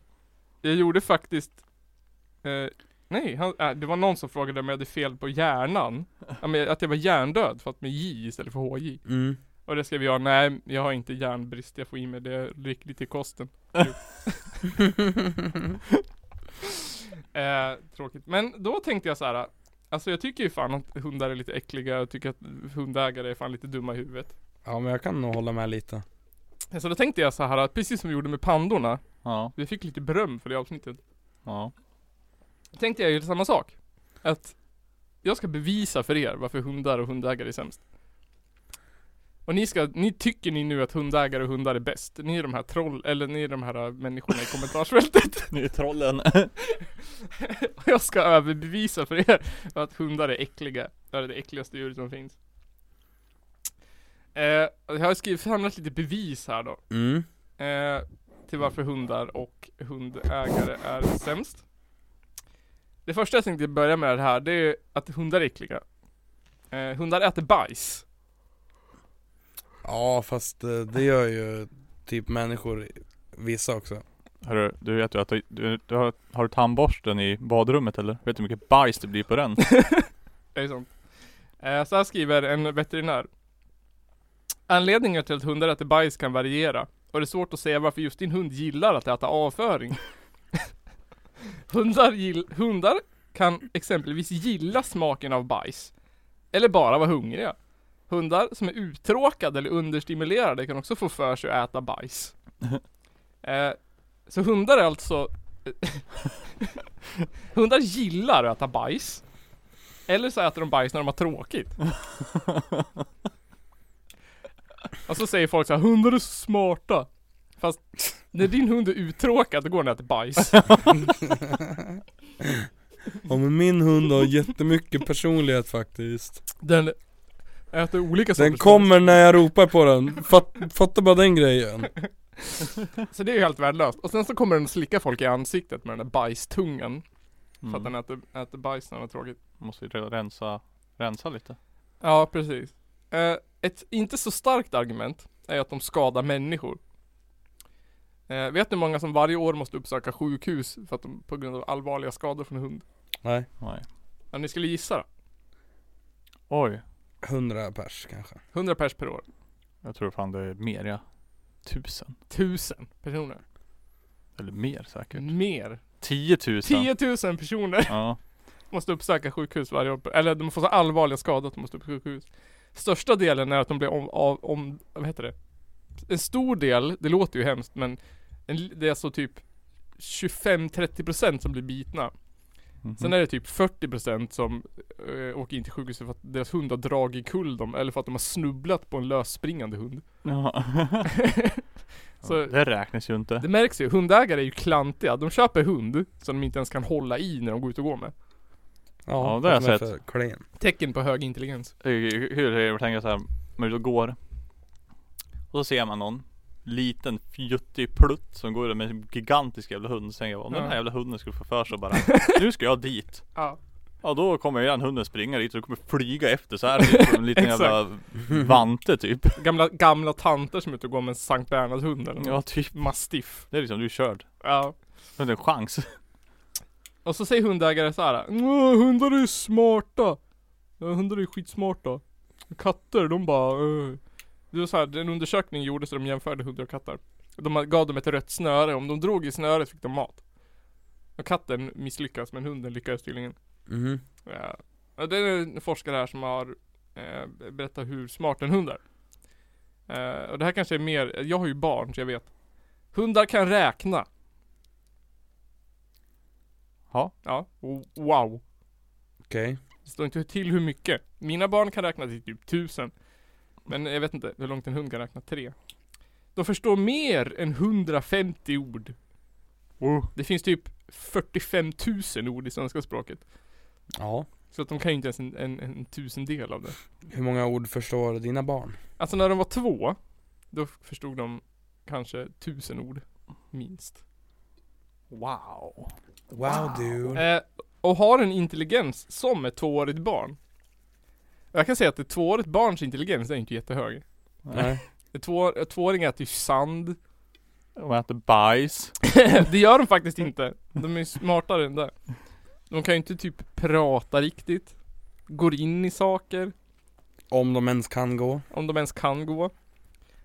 S4: Jag gjorde faktiskt eh, Nej, han, äh, det var någon som frågade om jag hade fel på hjärnan. Ja, men att jag var hjärndöd fast med J istället för HJ.
S5: Mm.
S4: Och det skrev jag, nej jag har inte järnbrist, jag får i mig det riktigt i kosten. eh, tråkigt. Men då tänkte jag så här. Alltså jag tycker ju fan att hundar är lite äckliga, jag tycker att hundägare är fan lite dumma i huvudet.
S5: Ja men jag kan nog hålla med lite.
S4: Så då tänkte jag så här att precis som vi gjorde med pandorna,
S3: Ja,
S4: vi fick lite beröm för det avsnittet.
S3: ja.
S4: Tänkte jag ju samma sak. Att jag ska bevisa för er varför hundar och hundägare är sämst. Och ni ska, ni tycker ni nu att hundägare och hundar är bäst. Ni är de här troll, eller ni är de här äh, människorna i kommentarsfältet. [laughs]
S1: Ni är trollen.
S4: Och jag ska överbevisa för er att hundar är äckliga. Det är det äckligaste djuret som finns. Eh, jag har skrivit, samlat lite bevis här då.
S5: Mm.
S4: Eh, till varför hundar och hundägare är sämst. Det första jag tänkte börja med det här, det är att hundar är äckliga. Eh, hundar äter bajs.
S5: Ja fast eh, det gör ju typ människor
S3: [laughs]
S5: vissa också.
S3: [laughs] Hörru, du vet ju att du, du, du har, har du tandborsten i badrummet eller? Vet du hur mycket bajs det blir
S4: [laughs]
S3: på den?
S4: Är det sant? Eh, så här skriver en veterinär. Anledningar till att hundar äter bajs kan variera. Och det är svårt att säga varför just din hund gillar att äta avföring. [laughs] hundar, gill, hundar kan exempelvis gilla smaken av bajs. Eller bara vara hungriga. Hundar som är uttråkade eller understimulerade kan också få för sig att äta bajs. Eh, så hundar är alltså... [laughs] hundar gillar att äta bajs. Eller så äter de bajs när de har tråkigt. och så säger folk så här, hundar är så smarta. Fast när din hund är uttråkad, då går den och äter bajs.
S5: Ja men min hund har jättemycket personlighet faktiskt.
S4: Den äter olika
S5: Den
S4: sorters
S5: kommer när jag ropar på den. Fatt, fattar bara den grejen.
S4: bajs. Så det är ju helt värdelöst. Och sen så kommer den slicka folk i ansiktet med den där bajstungan. För att den
S3: Mm.
S4: äter, äter bajs när den har tråkigt.
S3: Måste ju rensa, rensa lite.
S4: Ja, precis. Eh, ett inte så starkt argument är att de skadar människor. Eh, vet ni hur många som varje år måste uppsöka sjukhus för att de, på grund av allvarliga skador från hund?
S5: Nej.
S3: Nej.
S4: Ja, ni skulle gissa då?
S3: Oj,
S5: Hundra pers kanske.
S4: 100 pers per år.
S3: jag tror fan det är mer ja. Tusen.
S4: 1000 personer.
S3: Eller mer
S4: Mm.
S3: säkert.
S4: Mer. 10
S3: Tiotusen.
S4: 000 personer
S3: Ja.
S4: måste uppsöka sjukhus varje år. Eller de får så allvarliga skador att de måste upp på sjukhus. Största delen är att de blir om, av, om, vad heter det? En stor del, det låter ju hemskt men en, det är så typ 25-30% som blir bitna.
S3: Mhm.
S4: Sen är det typ 40% som eh, åker in till sjukhuset för att deras hund har dragit kull dem eller för att de har snubblat på en lösspringande hund.
S3: Ja. [laughs]
S4: Så-
S3: det räknas ju inte.
S4: Det märks ju, hundägare är ju klantiga. De köper hund som de inte ens kan hålla i när de går ut och går med.
S3: Ja, det har jag
S5: fast den är
S3: sett.
S5: för Klen.
S4: Tecken på hög intelligens.
S3: Det är ju Hur är det att tänka såhär, man är ute och går. Och så ser man någon Liten fjuttig plutt som går där med en gigantisk jävla hund. Så tänker jag bara, om den här
S4: Ja.
S3: jävla hunden skulle få för sig och bara Nu ska jag dit.
S4: Ja.
S3: Ja då kommer ju den hunden springa dit och kommer flyga efter så här typ, som
S4: [laughs]
S3: en liten jävla vante typ.
S4: Gamla, gamla tanter som är ute och går med en Sankt Bernhard-hund eller något.
S3: Ja typ.
S4: Mastiff.
S3: Det är liksom, du är körd.
S4: Ja.
S3: Du har inte en chans.
S4: Och så säger hundägare så här. "Nå, Hundar är smarta. Ja, Hundar är skitsmarta. Katter de bara "Åh." Det var så här, en undersökning gjordes där de jämförde hundar och katter. De gav dem ett rött snöre, om de drog i snöret fick de mat. Och katten misslyckas men hunden lyckades tydligen.
S5: Mhm.
S4: Ja. Ja, Det är en forskare här som har eh, berättat hur smart en hund är. Eh, och det här kanske är mer, jag har ju barn så jag vet. Hundar kan räkna.
S3: Ja.
S4: Ja, o- wow.
S5: Okej.
S4: Det står inte till hur mycket. Mina barn kan räkna till typ tusen. Men jag vet inte hur långt en hund kan räkna, tre. De förstår mer än 150 ord. Det finns typ 45 000 ord i svenska språket.
S5: Ja.
S4: Så att de kan ju inte ens en, en, en tusendel av det.
S5: Hur många ord förstår dina barn?
S4: Alltså när de var två, då f- förstod de kanske tusen ord. Minst.
S3: Wow.
S5: Wow dude.
S4: Eh, och har en intelligens som ett tvåårigt barn. Jag kan säga att ett tvåårigt barns intelligens är inte jättehög.
S3: Nej.
S4: Ett två, ett tvååring äter ju sand.
S3: De äter bajs.
S4: det gör de faktiskt inte. De är ju smartare än det. De kan ju inte typ prata riktigt. Går in i saker.
S5: Om de ens kan gå.
S4: Om de ens kan gå.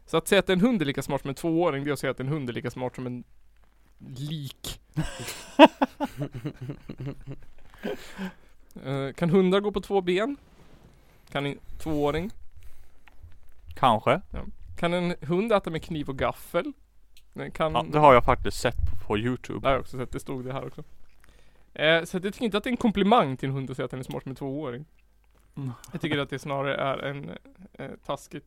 S4: Så att säga att en hund är lika smart som en tvååring, det är att säga att en hund är lika smart som en
S3: [laughs]
S4: lik. Eh, kan hundar gå på två ben? Kan en tvååring?
S3: Kanske.
S4: Kan en hund äta med kniv och gaffel? Eh, Kan...
S3: Ja, det har jag faktiskt sett på, på youtube.
S4: Det har jag också sett, det stod det här också. Eh, så att jag tycker inte att det är en komplimang till en hund att säga att den är smart som en tvååring.
S3: Mm.
S4: Jag tycker att det snarare är en eh, taskigt.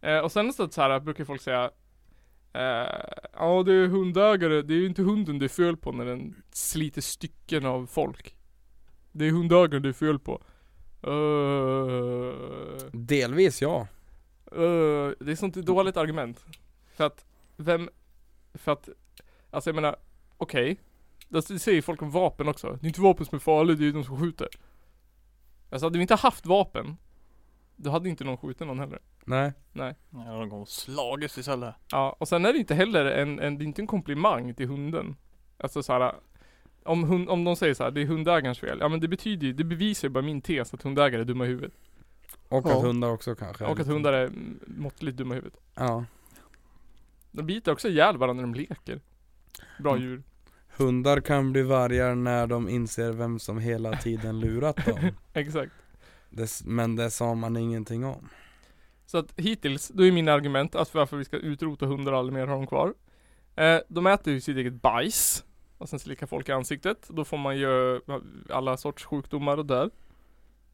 S4: Eh, och sen så, att så här brukar folk säga eh, Ja det är hundägare, det är ju inte hunden det är fel på när den sliter stycken av folk. Det är hundägaren det är fel på. Eh,
S5: Delvis ja.
S4: Eh, det är sånt dåligt argument. För att, vem, för att, alltså jag menar, okej. Okay. Det säger ju folk om vapen också. Det är inte vapen som är farligt, det är ju de som skjuter. Alltså hade vi inte haft vapen, då hade inte någon skjutit någon heller.
S5: Nej.
S3: Ja, de kommer slagits istället.
S4: Ja, och sen är det inte heller en, en det är inte en komplimang till hunden. Alltså så här. Om, hund, om de säger så här, det är hundägarens fel. Ja men det betyder ju, det bevisar ju bara min tes att hundägare är dumma i huvudet.
S5: Och
S1: Ja.
S5: att hundar också kanske. är
S4: Och att
S5: lite-
S4: hundar är mm, måttligt dumma i huvudet.
S5: Ja.
S4: De biter också ihjäl varandra när de leker. Bra djur.
S5: Hundar kan bli vargar när de inser vem som hela tiden lurat dem.
S4: Exakt.
S5: Det, s- men det sa man ingenting om.
S4: Så att hittills, då är mina argument att varför vi ska utrota hundar och aldrig mer ha dem kvar. Eh, de äter ju sitt eget bajs. Och sen slickar folk i ansiktet. Då får man ju alla sorts sjukdomar och där.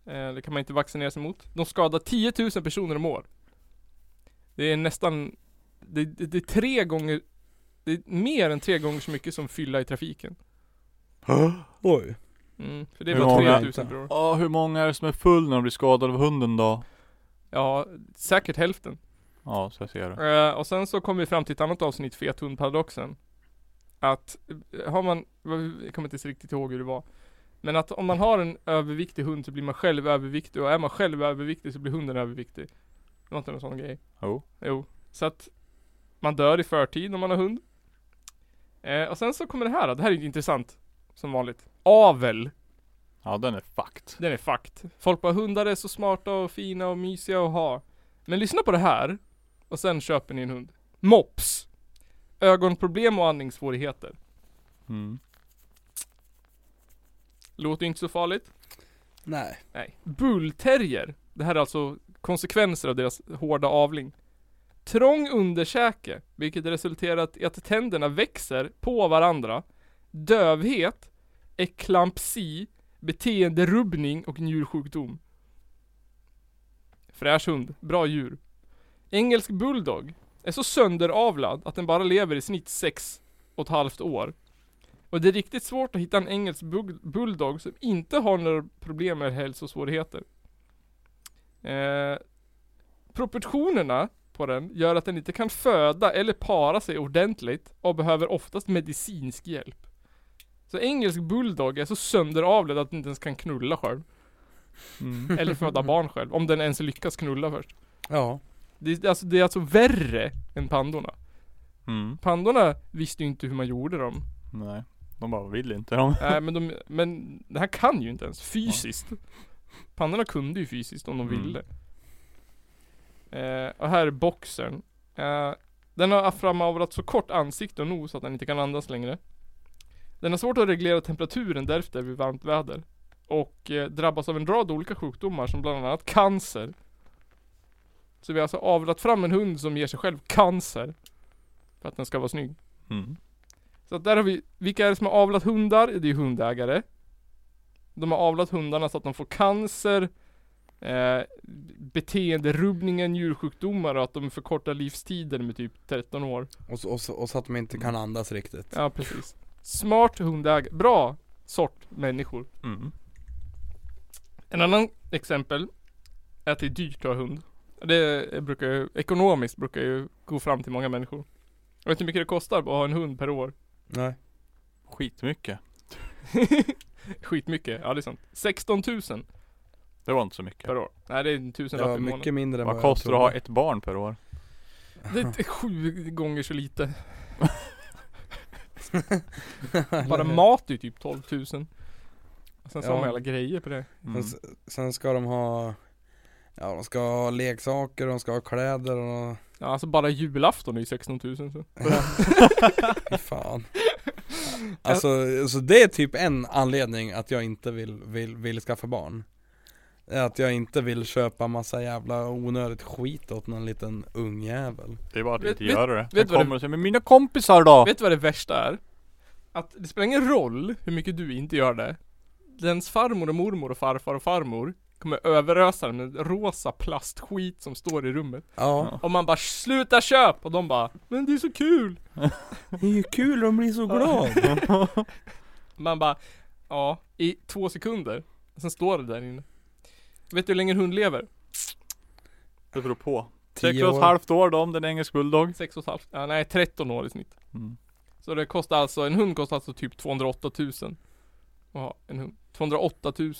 S4: Eh, det kan man inte vaccinera sig mot. De skadar 10 000 personer om år. Det är nästan, det, det, det är tre gånger, det är mer än tre gånger så mycket som fylla i trafiken.
S5: Oj.
S4: Mm, för det är
S3: Hur
S4: bara
S3: många?
S4: 3 000 per år.
S3: Ja, hur många är det som är full när de blir skadade av hunden då?
S4: Ja, säkert hälften.
S3: Ja, så jag ser det.
S4: Eh, och sen så kom vi fram till ett annat avsnitt, fethundparadoxen. Att eh, har man, jag kommer inte riktigt ihåg hur det var. Men att om man har en överviktig hund så blir man själv överviktig och är man själv överviktig så blir hunden överviktig. Det var inte någon sån grej.
S3: Jo.
S4: Jo. Så att man dör i förtid om man har hund. Eh, och sen så kommer det här då. det här är ju intressant. Som vanligt. Avel.
S3: Ja, den är fucked.
S4: Den är fakt. Folk bara hundar är så smarta och fina och mysiga att ha. Men lyssna på det här. Och sen köper ni en hund. Mops. Ögonproblem och andningssvårigheter.
S3: Mm.
S4: Låter ju inte så farligt.
S5: Nej.
S4: Nej. Bullterrier. Det här är alltså konsekvenser av deras hårda avling. Trång underkäke, vilket resulterat i att tänderna växer på varandra. Dövhet, eklampsi, beteenderubbning och njursjukdom. Fräsch hund, bra djur. Engelsk bulldog är så sönderavlad att den bara lever i snitt sex och ett halvt år. Och det är riktigt svårt att hitta en engelsk bug- bulldog som inte har några problem med hälsosvårigheter. Eh, proportionerna på den gör att den inte kan föda eller para sig ordentligt och behöver oftast medicinsk hjälp. Så engelsk bulldog är så sönderavlad att den inte ens kan knulla själv.
S3: Mm.
S4: Eller
S5: [laughs]
S4: föda barn själv. Om den ens lyckas knulla först.
S5: Ja.
S4: Det är, alltså, det är alltså värre än pandorna.
S3: Mm.
S4: Pandorna visste ju inte hur man gjorde dem.
S3: Nej. De bara vill inte de.
S4: Nej men de, men det här kan ju inte ens fysiskt. Pandorna kunde ju fysiskt om de
S3: Mm.
S4: ville. Eh, och här är boxern. Eh, den har framavlat så kort ansikte och nos att den inte kan andas längre. Den har svårt att reglera temperaturen därefter vid varmt väder. Och eh, drabbas av en rad olika sjukdomar som bland annat cancer. Så vi har alltså avlat fram en hund som ger sig själv cancer. För att den ska vara snygg.
S3: Mm.
S4: Så att där har vi, vilka är det som har avlat hundar? Det är hundägare. De har avlat hundarna så att de får cancer, eh, beteenderubbningar, njursjukdomar och att de förkortar livstiden med typ 13 år.
S5: Och så, och så, och så att de inte kan andas riktigt.
S4: Ja, precis. Smart hundägare, bra sort människor.
S3: Mm.
S4: En annan exempel är att det är dyrt att ha hund. Det brukar ju, ekonomiskt brukar ju gå fram till många människor. Jag vet inte hur mycket det kostar att ha en hund per år. [laughs]
S5: Nej.
S3: Skitmycket.
S4: Skitmycket, ja det är sant. 16 000.
S3: Det var inte så mycket.
S4: per år. Nej det är en
S5: Det var
S4: tusenlapp i månaden.
S5: mycket mindre än
S3: Vad
S5: vad
S3: kostar det
S5: jag
S3: att ha
S5: trodde.
S3: ett barn per år?
S4: Det är sju gånger så
S5: [laughs]
S4: lite. Bara
S5: Eller hur?
S4: mat är ju typ 12 000. Och Sen så har
S5: Ja.
S4: man alla grejer på det.
S3: Mm.
S5: Men s- Sen ska de ha Ja de ska ha leksaker, de ska ha kläder och
S4: Ja, alltså bara julafton är ju 16 000 så.
S5: Fy
S4: [laughs]
S5: fan Alltså, så det är typ en anledning att jag inte vill, vill, vill skaffa barn Är Att jag inte vill köpa massa jävla onödigt skit åt någon liten ungjävel
S3: Det är bara att
S4: Vet-
S3: inte
S4: vet-
S3: göra det. Sen
S4: vet vad det-
S3: kommer det sig, men mina kompisar då?
S4: Vet du vad det värsta är? Att det spelar ingen roll hur mycket du inte gör det. Dens farmor och mormor och farfar och farmor kommer överösa den med rosa plastskit som står i rummet.
S5: Ja,
S4: Och man bara 'Sluta köp!' och de bara 'Men det är så kul!'
S5: det är ju kul, de blir så glada
S4: [laughs] Man bara Ja, i två sekunder. Sen står det där inne. Vet du hur länge en hund lever?
S3: Det beror på.
S5: Tio
S3: Sex och ett
S5: år.
S3: halvt år då om den är engelsk bulldog.
S4: Sex och ett halvt? Ja, nej, 13 år i snitt.
S3: Mm.
S4: Så det kostar alltså, en hund kostar alltså typ 208 000. Ja, en hund. 208 000.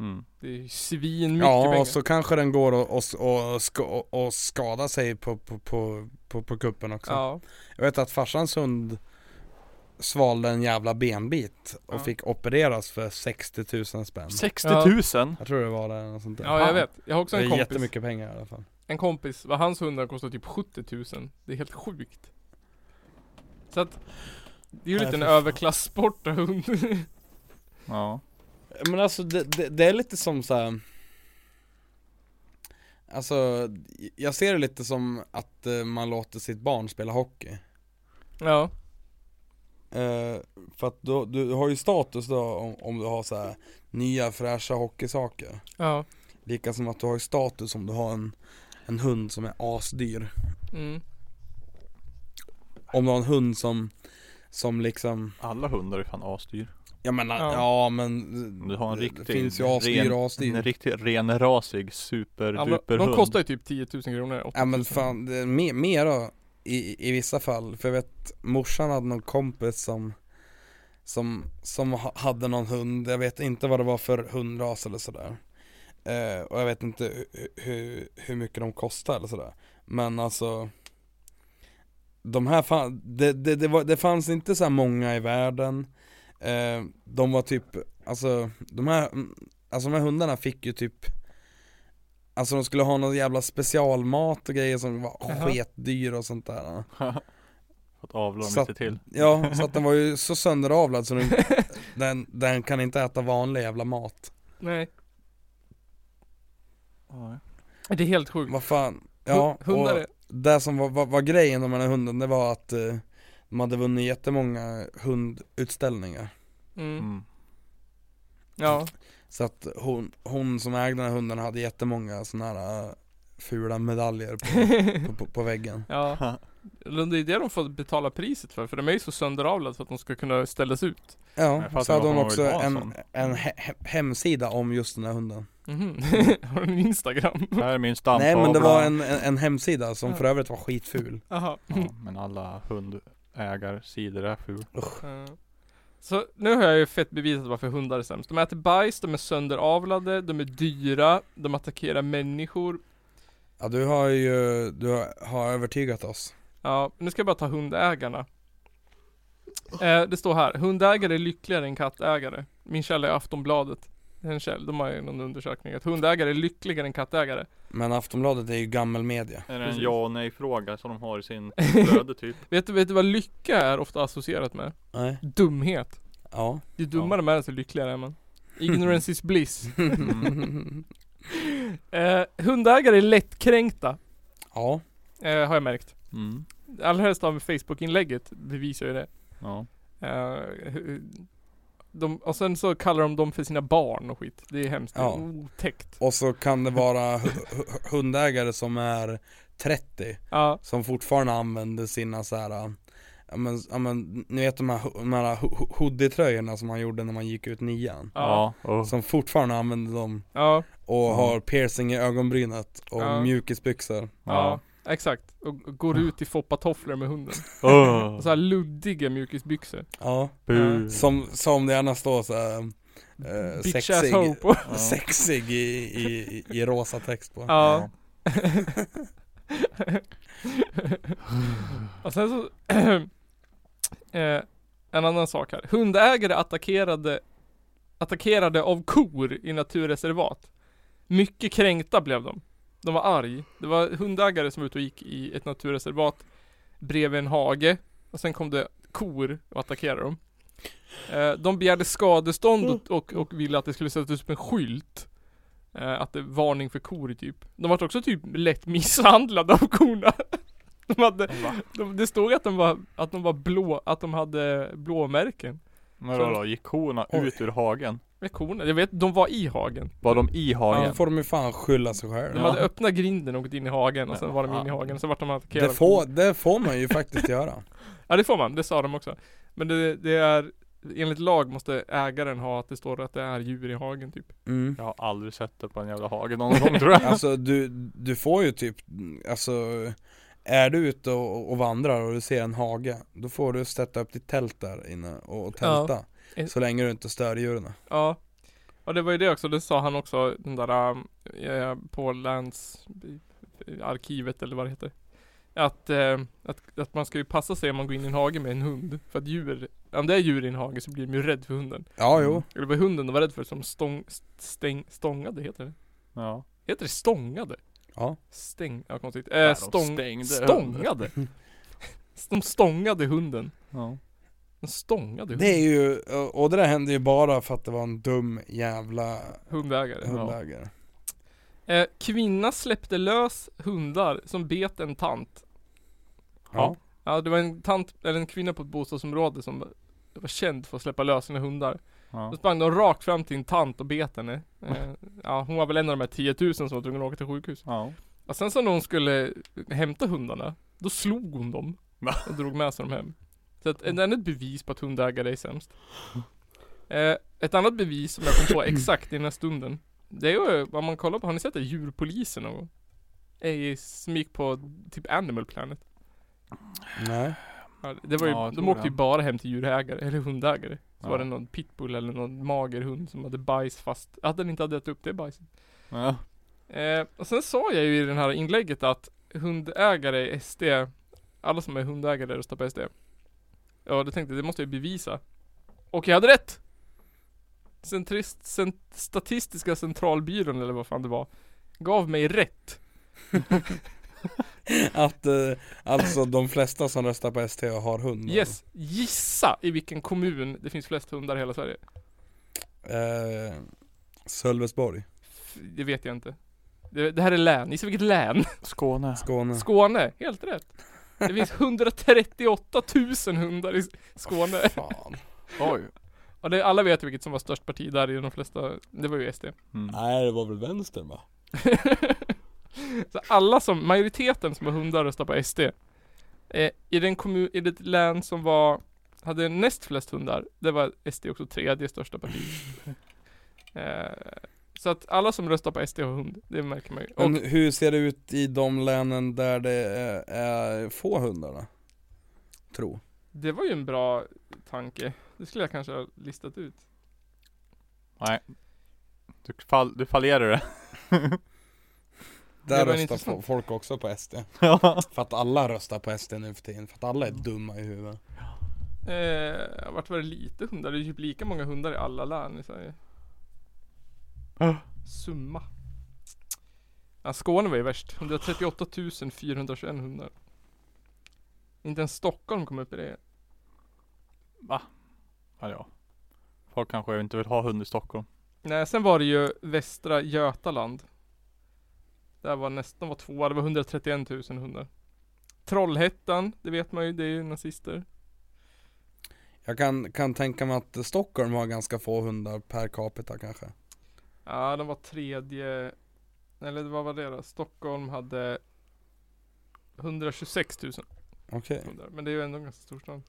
S3: Mm.
S4: Det är ju svinmycket
S5: Ja,
S4: pengar.
S5: och så kanske den går och, och, och, ska- och, och skadar sig på, på, på, på, på kuppen också
S4: Ja.
S5: Jag vet att farsans hund svalde en jävla benbit och
S4: Ja.
S5: fick opereras för 60 000 spänn
S3: 60
S4: Ja.
S3: 000?
S5: Jag tror det var det eller något sånt där
S4: ja, jag vet. Jag har också
S5: Det
S4: en
S5: är
S4: kompis.
S5: jättemycket pengar i alla fall
S4: En kompis, vad hans hundar kostar typ 70 000. Det är helt sjukt. Så att det är ju
S5: Nej,
S4: lite en
S5: för fan.
S4: överklassport av hund. [laughs]
S3: Ja.
S5: Men alltså det, det, det är lite som så här. Alltså jag ser det lite som att eh, man låter sitt barn spela hockey
S4: ja.
S5: Eh, För att då, du har ju status då om, om du har så här nya fräscha hockeysaker
S4: Ja.
S5: Lika som att du har ju status om du har en, en hund som är asdyr
S4: Mm.
S5: Om du har en hund som, som liksom,
S3: Alla hundar är fan asdyr.
S5: jag menar,
S4: Ja.
S5: ja, men
S3: Du har en
S5: det-
S3: riktig
S5: Det finns ju asdyr och asdyr
S3: En riktigt renrasig
S4: Ja, men
S3: superduperhund.
S4: de kostar ju typ 10 000 kronor. åtta
S5: Ja men
S4: tusen. [laughs]
S5: fan, det är mer, mer då, i, i vissa fall. För jag vet, morsan hade någon kompis som, som, som ha- hade någon hund, jag vet inte vad det var för hundras eller sådär. Eh, och jag vet inte hur, hur, hur mycket de kostar eller sådär. Men alltså, de här fan, det, det, det, var, det fanns inte så här många i världen. Eh, de var typ, alltså de här, alltså de här hundarna fick ju typ Alltså de skulle ha någon jävla specialmat och grejer som var
S4: Jaha.
S5: sketdyr och sånt där
S3: Fått avla dem
S5: Så
S3: lite till.
S5: Ja, så att den var ju så sönderavlad så den, den, den kan inte äta vanlig jävla mat
S4: Nej.
S3: Ja.
S4: Det är helt sjukt.
S5: Vad fan, ja
S4: Hun- Hundar
S5: och
S4: är...
S5: det som var, var, var grejen om den här hunden det var att eh, de hade vunnit jättemånga hundutställningar
S4: Mm.
S3: Mm.
S5: [laughs]
S4: Ja.
S5: Så att hon, hon som ägde den här hunden hade jättemånga såna här eh, fula medaljer
S4: [laughs]
S5: på, på, på, på väggen
S4: ja. Men Det är det de får betala priset för. För de är ju så sönderavlade för att de ska kunna ställas ut.
S3: Jag
S5: Ja,
S3: fattar
S5: så hade
S3: varför
S5: hon
S3: man vill
S5: också
S3: ha en
S5: en,
S3: sån.
S5: en he, he, hemsida om just den här hunden
S4: Mhm. [laughs] Har du en Instagram?
S3: Här är min stamtavla.
S5: Nej men det var en, en, en hemsida som
S4: Ja.
S5: för övrigt var skitful
S4: Jaha.
S3: Ja, men alla hundägarsidor är ful.
S4: Ja. Eh. Så nu har jag ju fett bevisat varför hundar är sämst. De äter bajs, de är sönderavlade, de är dyra, de attackerar människor.
S5: Ja du har ju, du har, har övertygat oss
S4: Ja, nu ska jag bara ta hundägarna. Eh, det står här, hundägare är lyckligare än kattägare. Min källa är Aftonbladet. Det är En källa, de har ju någon undersökning att hundägare är lyckligare än kattägare.
S5: Men Aftonbladet är ju gammal media
S3: Är det en
S4: Precis.
S3: ja och nej fråga som de har i [laughs] sin flöde typ?
S4: Vet du, vet du vad lycka är ofta associerat med?
S5: Nej
S4: Dumhet.
S5: Ja
S4: Ju dummare man är desto lyckligare är man. Ignorance is bliss.
S3: Mm.
S4: Eh, hundägare är lättkränkta,
S5: [laughs] Ja
S4: eh, har jag märkt.
S3: Mm.
S4: Allra helst av Facebook-inlägget bevisar ju det.
S3: Ja.
S4: Eh, hu- de, och sen så kallar de dem för sina barn och skit. Det är hemskt.
S5: Ja.
S4: Det är otäckt.
S5: Och så kan det vara hu- hu- hundägare som är 30
S4: Ja,
S5: Som fortfarande använder sina så här. Ja men, ja, men ni vet de här, ho- de här ho- ho- hoodie-tröjorna som han gjorde när man gick ut nian
S4: ja,
S3: Ja. och-
S5: Som fortfarande använder dem
S4: ja,
S5: och
S3: Mm.
S5: har piercing i ögonbrynet och
S4: Ja.
S5: mjukisbyxor
S4: ja.
S3: Ja.
S4: Exakt. Och, och går ut i foppatofflor med hunden.
S3: Åh, [laughs]
S4: Och så här luddiga mjukisbyxor.
S5: Ja
S3: bu.
S5: Som, som det gärna står så här, eh,
S4: Bitch ass
S5: sexig,
S4: hoe
S3: [laughs]
S4: på.
S5: [laughs]
S4: [laughs]
S5: sexig i, i, i, i rosa text på.
S4: Ja. och sen så... [clears throat] eh, en annan sak här. Hundägare attackerade, attackerade av kor i naturreservat. Mycket kränkta blev de. De var arg. Det var hundägare som var ute och gick i ett naturreservat bredvid en hage. Och sen kom det kor och attackerade dem. Eh, de begärde skadestånd och, och, och ville att det skulle sättas upp en skylt. Eh, att det är varning för kor typ. De vart också typ lätt misshandlade av korna. [laughs] De hade, de, det stod att de var, att de var blå, att de hade blåmärken.
S3: Men vadå, gick korna
S5: Oj.
S3: ut ur hagen?
S4: Med korna, jag vet, de var i hagen.
S3: Var de i
S5: Då
S3: hagen?
S5: får de ju fan skylla sig själva.
S4: De hade öppnat grinden och gått in i hagen och sen var de inne i hagen, sen vart de attackerade.
S5: Det, får, det får man ju faktiskt göra.
S4: Ja det får man, det sa de också. Men det, det är, enligt lag måste ägaren ha att det står att det är djur i hagen typ.
S5: Mm.
S3: Jag har aldrig sett det på en jävla hage någon gång tror jag.
S5: Alltså du, du får ju typ, alltså är du ute och, och vandrar och du ser en hage, då får du sätta upp ditt tält där inne och tälta.
S4: Ja.
S5: Så länge du inte stör djuren.
S4: Ja. Och det var ju det också, det sa han också, den där um, eh, på läns eh, arkivet eller vad det heter. Att, eh, att, att man ska ju passa sig om man går in i en hage med en hund. För att djur, om det är djur i en hage så blir de ju rädd för hunden.
S5: Ja, jo.
S4: Och det var hunden de var rädd för som stång, stäng, stångade, heter det?
S3: Ja.
S4: Heter det stångade?
S5: Ja.
S4: Stäng, ja konstigt.
S3: Där
S4: Eh,
S3: de
S4: stång,
S3: stängde
S5: [laughs]
S4: stångade? De stångade hunden.
S3: ja.
S4: De stångade
S5: Det
S4: hunden.
S5: är ju, och det där hände ju bara för att det var en dum jävla
S4: Hundägare.
S5: hundägare.
S4: Eh, kvinna släppte lös hundar som bet en tant.
S5: Ja.
S4: Ja, det var en tant, eller en kvinna på ett bostadsområde som var känd för att släppa lös sina hundar.
S3: Ja.
S4: Då sprang de rakt fram till en tant och bet henne. Eh, ja, hon var väl en av de här 10 000 som var tvungna att åka till sjukhus.
S3: ja.
S4: Och sen så när hon skulle hämta hundarna, då slog hon dem.
S3: Va? Mm.
S4: Och drog med sig dem hem. Så att, är det ett bevis på att hundägare är sämst? Eh, ett annat bevis som jag kom
S3: [clears throat]
S4: på exakt i den här stunden. Det är ju, om man kollar på, har ni sett det? Djurpolisen någon gång? Ej, som gick på typ Animal Planet.
S5: Nej.
S4: Ja, det var ju,
S3: Ja, jag
S4: de
S3: tror
S4: åkte ju
S3: det.
S4: bara hem till djurägare, eller hundägare. Så
S3: Ja.
S4: var det någon pitbull eller någon mager hund som hade bajs fast, att den inte hade ätit upp det bajset.
S3: ja.
S4: Eh, och sen sa jag ju i det här inlägget att hundägare är SD, alla som är hundägare röstar på SD. Ja, det tänkte jag, det måste jag ju bevisa. Och jag hade rätt! Centrist, cent, Statistiska centralbyrån eller vad fan det var, gav mig rätt.
S5: Att eh, alltså de flesta som röstar på ST har hund.
S4: Yes, gissa i vilken kommun det finns flest hundar i hela Sverige.
S5: Eh, Sölvesborg,
S4: F- Det vet jag inte. Det, det här är län, gissa vilket län?
S3: Skåne.
S5: Skåne.
S4: Skåne, helt rätt. Det finns 138 000 hundar i Skåne.
S5: Fan.
S3: Oj.
S4: Och det, alla vet ju vilket som var störst parti där i de flesta, det var ju SD.
S3: Mm.
S5: Nej det var väl vänster va?
S4: [laughs] Så alla som, majoriteten som var hundar röstar på SD. Eh, I den kommun, i det län som var, hade näst flest hundar, det var SD också tredje största parti. eh, så att alla som röstar på SD har hund, det märker man ju. Och
S5: Men hur ser det ut i de länen där det är, är få hundar då? Tro.
S4: det var ju en bra tanke. Det skulle jag kanske ha listat ut.
S3: Du, fall, du fallerar det. [laughs]
S5: Där
S4: var en
S5: röstar
S4: intressant-
S5: fo- folk också på SD.
S3: ja.
S5: För att alla röstar på SD nu för tiden, för att alla är dumma i huvudet.
S4: Eh, vart var det lite hundar? Det är typ lika många hundar i alla län i Sverige.
S3: Ja.
S4: Summa. Ja, Skåne var ju värst. 138 421 hundar. Inte ens Stockholm kom upp i det.
S3: ja. Folk kanske inte vill ha hund i Stockholm.
S4: Nej, sen var det ju Västra Götaland. Där var nästan var tvåa, det var 131 000 hundar. Trollhättan, det vet man ju, det är ju nazister.
S5: Jag kan, kan tänka mig att Stockholm har ganska få hundar per capita kanske.
S4: Ja, de var tredje Eller vad var det då? Stockholm hade 126 000
S5: Okej.
S4: hundar Men det är ju ändå en ganska stor stad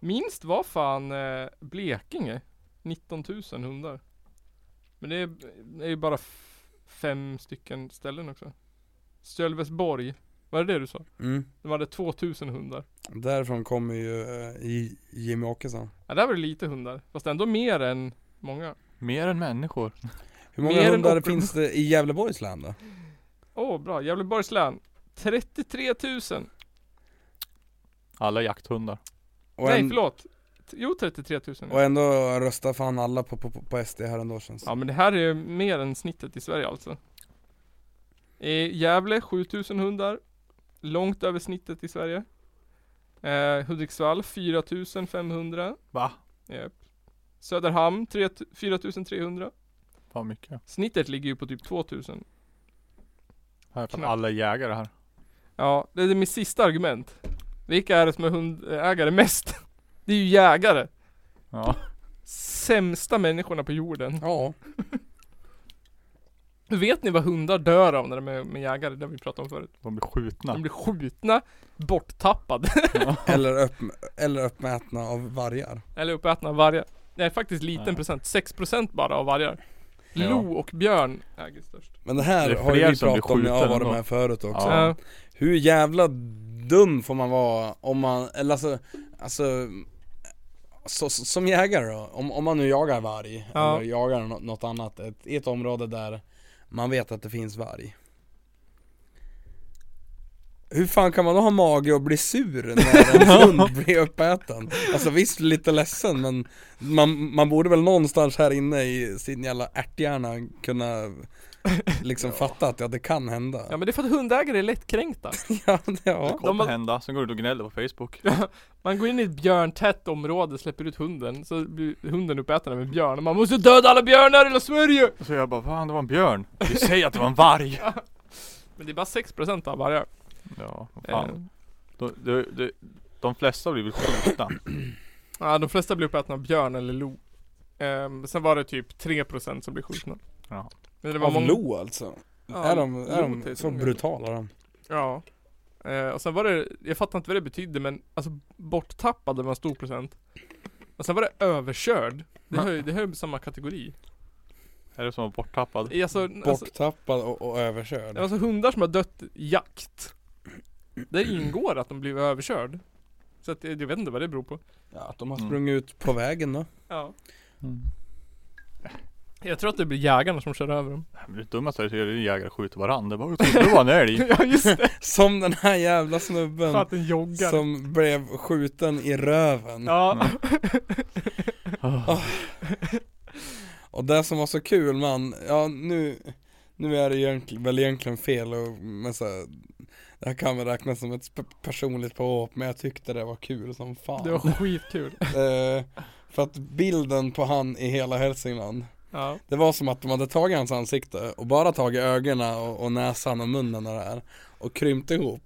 S4: Minst var fan eh, Blekinge 19 000 hundar Men det är, det är ju bara f- fem stycken ställen också Sölvesborg Var det det du sa?
S5: Mm.
S4: De hade 2000 hundar
S5: Därifrån kommer ju eh, J- Jimmy Åkesson.
S4: Ja där var det lite hundar Fast ändå mer än Många.
S3: Mer än människor.
S5: Hur många
S4: Mer än
S5: hundar
S4: Opel.
S5: finns det i Gävleborgs län då?
S4: Åh, bra. Gävleborgs län. 33 000.
S3: Alla jakthundar.
S5: Och,
S4: Nej,
S5: en-
S4: förlåt. T- Jo, 33 000. ja.
S5: och ändå röstar fan alla på, på, på SD här ändå känns det.
S4: Ja, men det här är mer än snittet i Sverige alltså. Eh, Gävle 7000 hundar. Långt över snittet i Sverige. Eh, Hudiksvall 4500.
S3: Va?
S4: Yep. Söderhamn 3 t- 4300.
S3: Fan mycket.
S4: Snittet ligger ju på typ 2000.
S3: Här är fan
S4: Knappt.
S3: alla jägare här.
S4: Ja, det är mitt sista argument. Vilka är det som är hundägare mest? [laughs] Det är ju jägare.
S3: Ja.
S4: Sämsta människorna på jorden.
S5: Ja.
S4: Vet ni vad hundar dör av när de är med jägare? Det har vi pratat om förut.
S3: De blir skjutna.
S4: De blir skjutna, borttappade [laughs]
S5: Eller, upp, eller uppmätna av vargar.
S4: eller uppätna av vargar. Det är faktiskt liten
S3: Ja.
S4: procent, 6% bara av vargar.
S3: Ja.
S4: Lo och björn äger störst.
S5: Men det här
S3: Det är
S5: har ju
S3: fler
S5: vi
S3: som blir
S5: pratat om när jag har
S3: skjuten
S5: varit
S3: ändå.
S5: med förut också.
S3: Ja.
S4: Eh,
S5: Hur jävla dum får man vara om man, eller alltså, alltså så, så, som jägare då, om, om man nu jagar varg
S4: Ja.
S5: eller jagar nå- något annat, ett, i ett område där man vet att det finns varg Hur fan kan man då ha mage och bli sur
S4: [laughs]
S5: när en hund blir uppäten? Alltså visst, lite ledsen men man, man borde väl någonstans här inne i sin jävla ärthjärna
S4: [laughs]
S5: kunna liksom fatta att ja, det kan hända
S4: ja men det är för att hundägare är lättkränkta.
S5: [laughs] Ja, det- ja.
S3: Det kommer
S4: De-
S3: hända. Sen går du och gnäller på Facebook.
S4: Man går in i ett björntätt område, släpper ut hunden, så blir hunden uppäten av en björn. Och Man måste döda alla björnar i hela Sverige!
S3: Så jag bara, fan det var
S4: [laughs]
S3: en björn. Vi säger att det var en varg.
S4: Men det är bara 6% av vargar.
S3: Ja,
S4: Eh,
S3: vad fan. De, de, de, de flesta blir väl skjutna.
S4: ja, de flesta blir uppätna av björn eller lo. Eh, sen var det typ 3% som blev skjutna.
S3: Ja.
S4: Men det
S5: Det
S4: var
S5: var
S4: många...
S5: lo alltså?
S4: Ja, typ.
S5: är de, är
S4: lo till
S5: de så
S4: exempel.
S5: brutala de?
S4: Ja. Eh, och sen var det, jag fattar inte vad det betydde men alltså borttappade var en stor procent. Och sen var det överkörd. Det hör ju, det hör ju samma kategori.
S3: Är det som var borttappad?
S4: Eh, Alltså, alltså,
S5: Borttappad och, och överkörd?
S4: alltså hundar som har dött i jakt. Där
S5: Mm.
S4: ingår att de blev överkörd. Så att, eh, jag vet inte vad det beror på.
S5: Ja, att de har
S3: Mm.
S5: sprungit ut på vägen då?
S4: Ja. Jag tror att det blir jägarna som kör över dem.
S5: [laughs]
S3: Nej, Men det dummaste är att jägare skjuter varandra. Bara, "Jag trodde det var en älg.
S4: ja just det.
S5: Som den här jävla snubben
S4: För att den joggar.
S5: som blev skjuten i röven
S4: Ja.
S5: Och det som var så kul man, ja nu, nu är det egentligen, väl egentligen fel och, men så här, det här kan väl räknas som ett sp- personligt påhopp men jag tyckte det var kul som
S4: [laughs]
S5: fan
S4: Det var skitkul.
S5: eh, För att bilden på han i hela Hälsingland
S4: Ja.
S5: Det var som att de hade tagit hans ansikte och bara tagit ögonen och, och näsan och munnen och det här och
S4: [laughs]
S5: krympt ihop.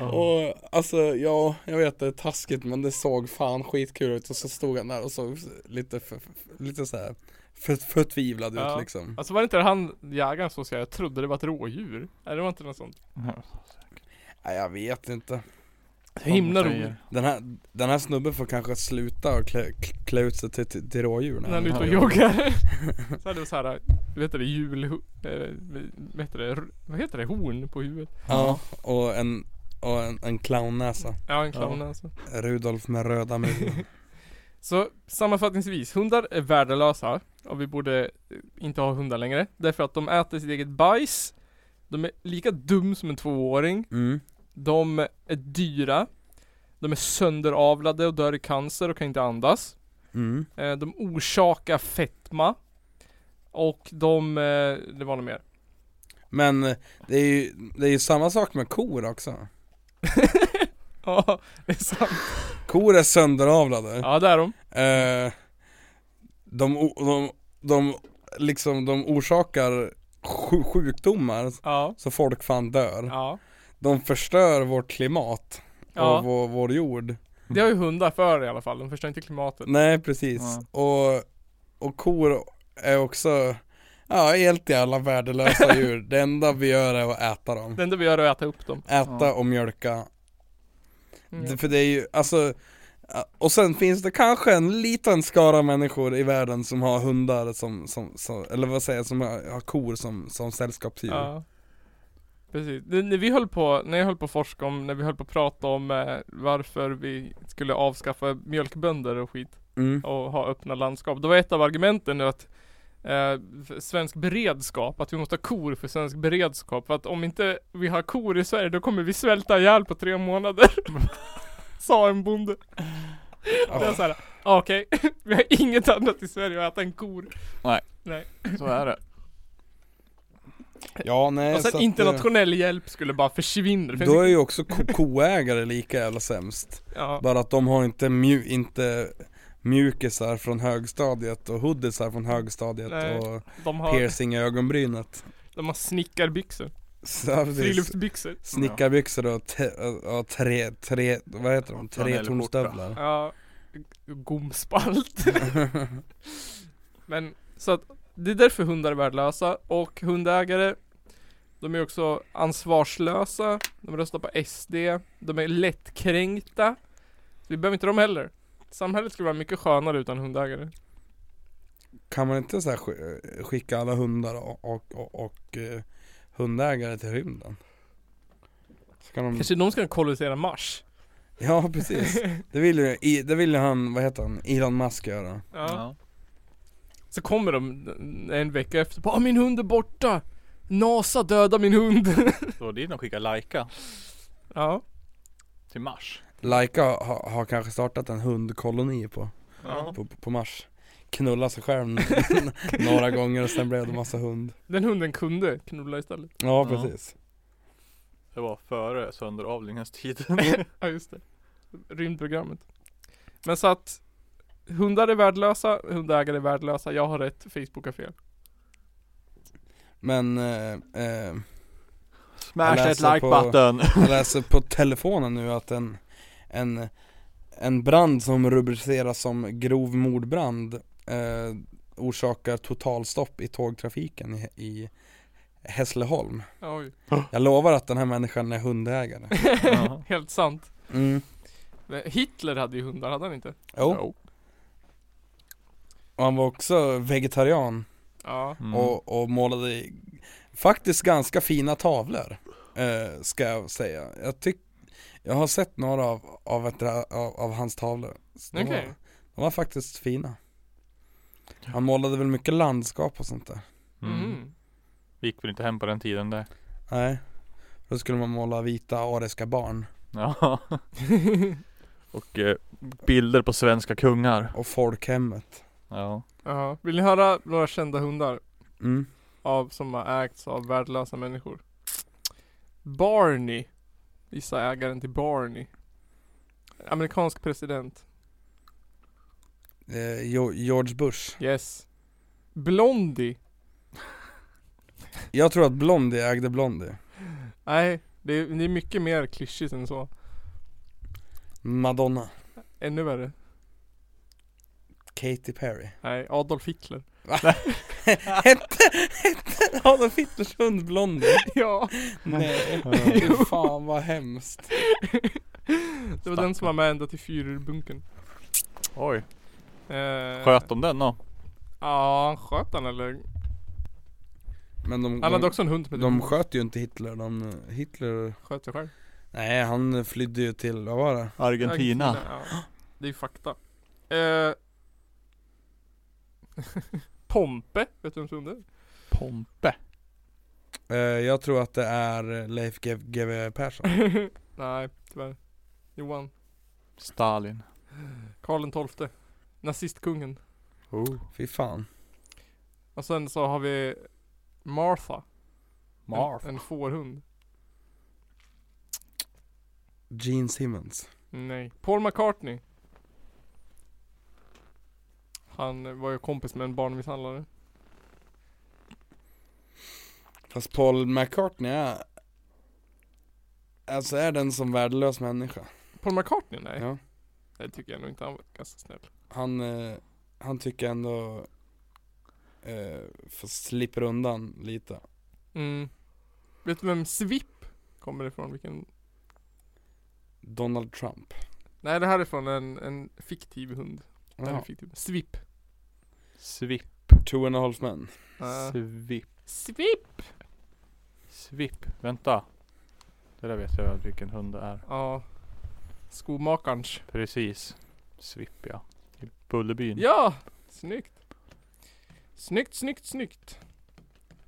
S5: och alltså ja, jag vet det är taskigt men det såg fan skitkul ut och så stod han där och såg lite, för, för- lite så här för, förtvivlad
S4: Ja.
S5: ut liksom.
S4: Alltså var det inte han jägaren som sa jag trodde det var ett rådjur? Nej det var inte något sånt.
S5: Nej jag vet inte.
S4: [laughs] Himla
S3: Säger.
S4: roligt.
S5: Den här, den här snubben får kanske sluta och klä, klä ut sig till, till, till rådjur
S4: När han är ute och
S3: Ja. [laughs]
S4: joggar. så hade det så här, vad heter det, jul, eh, vad heter det, r- vad heter det, horn på huvudet?
S5: Ja, och en, och en, en clownnäsa.
S4: Ja, en clown alltså.
S5: Rudolf med röda munnen.
S4: Så sammanfattningsvis, hundar är värdelösa och vi borde eh, inte ha hundar längre. Därför att de äter sitt eget bajs, de är lika dum som en tvååring,
S5: Mm.
S4: de är dyra, de är sönderavlade och dör i cancer och kan inte andas.
S5: Mm.
S4: Eh, de orsakar fetma. Och de, eh, det var nog mer.
S5: Men eh, det är, ju, det är ju samma sak med kor också
S4: Ja, det är sant.
S5: Kor är sönderavlade
S4: Ja, det är de.
S5: eh, de, o- de, de, liksom, de orsakar sju- sjukdomar
S4: Ja.
S5: så folk fan dör
S4: Ja.
S5: De förstör vårt klimat och
S4: Ja,
S5: vår, vår jord
S4: det har ju hundar för i alla fall. De förstör inte klimatet.
S5: Nej precis, och, och kor är också Ja, helt
S4: [laughs]
S5: jävla värdelösa djur. Det enda vi gör är att äta dem.
S4: Det enda vi gör är att äta upp dem.
S5: Äta och mjölka
S4: Mm.
S5: Det, för det är ju, alltså ja, och sen finns det kanske en liten skara människor i världen som har hundar som, som, som eller vad säger jag, som har, har kor som, som sällskapsdjur.
S4: Ja. Precis. N- När vi höll på, när jag höll på att forska om, när vi höll på att prata om eh, varför vi skulle avskaffa mjölkbönder och skit
S5: Mm.
S4: och ha öppna landskap. Då var ett av argumenten nu att eh, f- svensk beredskap, att vi måste ha kor för svensk beredskap. För att om inte vi har kor i Sverige då kommer vi svälta ihjäl på tre månader. [laughs] Sa en bonde. Det är
S5: Ja.
S4: såhär, okej, [laughs] vi har inget annat i Sverige att äta än kor.
S3: Så är det.
S5: ja, nej.
S4: Och
S5: så
S4: sen
S5: att,
S4: internationell hjälp skulle bara försvinna. Det
S5: eh,
S4: finns
S5: Då är
S4: inget-
S5: ju också ko- koägare lika jävla sämst.
S4: ja.
S5: Bara att de har inte, mju- inte mjukisar från högstadiet och hoodiesar från högstadiet
S4: Nej.
S5: och
S4: De har,
S5: piercing i ögonbrynet.
S4: de har snickarbyxor.
S5: Så, ja, precis.
S4: Friluftsbyxor.
S5: Snickarbyxor och, te- och tre, tre, vad heter de? Tre
S3: Flanellskjorta.
S5: tornstövlar.
S4: Ja.
S5: [laughs]
S4: Gomspalt. Men så att det är därför hundar är värdelösa och hundägare de är också ansvarslösa, de röstar på SD, de är lättkränkta. Så vi behöver inte dem heller. Samhället skulle vara mycket skönare utan
S5: Mm.
S4: hundägare.
S5: Kan man inte så här sk- eh, skicka alla hundar och, och, och, och eh, hundägare till rymden? Så kan de...
S4: Kanske de ska kolonisera Mars.
S5: Ja precis, det vill ju i- det vill ju han, vad heter han, Elon Musk göra
S4: Ja. Så kommer de en vecka efter bara "Ah, min hund är borta! NASA dödar min hund! [laughs]
S3: Så dit de skickar Laika
S4: ja.
S3: till Mars.
S5: Laika har, har kanske startat en hundkoloni på,
S4: ja.
S5: på, på Mars Knulla sig själv några gånger och sen blev det massa hund
S4: Den hunden kunde knulla istället.
S5: Ja
S3: Ja.
S5: precis
S3: Det var före sönderavlingens [laughs] tid.
S4: Ja just det. Rymdprogrammet. Men så att hundar är värdelösa, hundägare är värdelösa, jag har rätt, Facebook har fel.
S5: Men eh, eh, Jag
S3: Smash that
S5: läser
S3: like
S5: på-
S3: button.
S5: jag läser på telefonen nu att en, en, en brand som rubriceras som grov mordbrand eh, orsakar totalstopp i tågtrafiken i, i Hässleholm
S4: [laughs] Oj.
S5: Jag lovar att den här människan är hundägare
S3: Ja.
S4: Helt sant.
S5: mm.
S4: Men Hitler hade ju hundar, hade han inte?
S5: Jo. Och han var också vegetarian
S4: Ja.
S3: Mm.
S5: och, och målade i- faktiskt ganska fina tavlor eh, Ska jag säga Jag tyck, jag har sett några av, av, ett, av, av hans tavlor Så de,
S4: Okej.
S5: var, de var faktiskt fina Han målade väl mycket landskap och sånt där
S3: Mm.
S4: Mhm. [laughs]
S3: Vi gick väl inte hem på den tiden där.
S5: Nej Då skulle man måla vita ariska barn
S3: Ja. Och eh, bilder på svenska kungar.
S5: och folkhemmet
S3: Ja.
S4: Ja. Vill ni höra några kända hundar
S5: mm.
S4: av, som har ägts av värdelösa människor? Barney. Gissa ägaren till Barney. Amerikansk president.
S5: eh, Jo- George Bush
S4: Yes. Blondie.
S5: Jag tror att Blondie ägde Blondie
S4: Nej, det är, det är mycket mer klyschigt än så.
S5: Madonna
S4: Ännu värre.
S5: Katy Perry
S4: Nej, Adolf Hitler. [laughs]
S5: [laughs] Hette, hette Adolf Hitlers hund Blondie?
S4: ja,
S5: Nej, fan vad hemskt
S4: det var den som var med ända till Führerbunkern.
S3: Oj.
S4: Eh,
S3: Sköt de den då?
S4: Ja, han sköt han eller?
S5: Men de,
S4: Han hade
S5: de,
S4: också en hund som hette
S5: de
S4: Bo.
S5: sköt ju inte Hitler, de, Hitler
S4: sköt sig själv.
S5: Nej han flydde ju till, vad var det?
S1: Argentina.
S4: ja. Det är ju fakta. Eh, [laughs] Pompe, vet du vems hund det är?
S3: Pompe.
S5: Eh, jag tror att det är Leif G- GW Persson
S4: [laughs] Nej, tyvärr. Johan.
S3: Stalin.
S4: Karl XII. Nazistkungen.
S3: Oh,
S5: Fy fan
S4: Och sen så har vi Martha.
S3: Marf.
S4: En, en fårhund.
S5: Gene Simmons
S4: Nej. Paul McCartney. Han var ju kompis med en barnmisshandlare.
S5: Fast Paul McCartney är Alltså är den som värdelös människa
S4: Paul McCartney? Nej.
S5: Ja
S4: Det tycker jag nog inte. Han var ganska snäll.
S5: Han, eh, han tycker ändå eh, för slipper undan lite
S4: Mm. Vet du vem Swipp kommer ifrån? Vilken?
S5: Donald Trump
S4: Nej det här är från en, en fiktiv hund. Den är
S5: Jaha.
S4: fiktiv. Swipp.
S3: Svipp.
S5: Two and a half men
S4: Uh,
S3: Svipp.
S4: Swipp!
S3: Svipp. Vänta. Det där vet jag vilken hund det är.
S4: Ja. Skomakarens.
S3: Precis. Svipp ja. I Bullerbyn.
S4: Ja! Snyggt. Snyggt, snyggt, snyggt.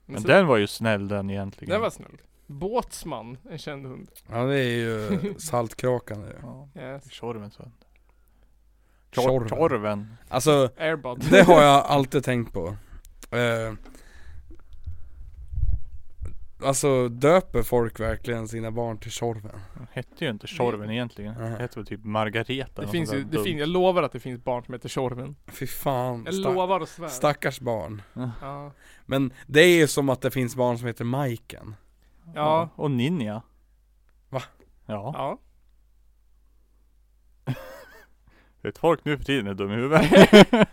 S3: Men
S4: så-
S3: den var ju snäll den egentligen.
S4: den var snäll. Båtsman, en känd hund.
S5: Ja det är
S4: [laughs]
S5: ju saltkråkan det.
S3: Ja.
S4: Yes.
S3: Tjorvens hund. Tjor-
S5: Tjorven.
S3: Tjorven.
S5: Alltså
S4: Airbud.
S5: det har jag alltid tänkt på. Eh, alltså döper folk verkligen sina barn till Tjorven?
S3: Den hette ju inte Tjorven egentligen. Den
S5: Nej.
S3: hette väl typ Margareta.
S4: Det
S3: något
S4: finns
S3: sånt
S4: ju,
S3: där
S4: det
S3: dumt. Mm.
S4: finns, jag lovar att det finns barn som heter Tjorven.
S5: Fy fan.
S4: Jag
S5: Stack,
S4: lovar och svär.
S5: stackars barn.
S4: Ja.
S5: Men det är ju som att det finns barn som heter Majken.
S4: Ja.
S3: Och Ninja.
S5: Va?
S3: Ja.
S4: ja.
S3: Vet folk nu för tiden är dum i huvudet.
S4: [laughs]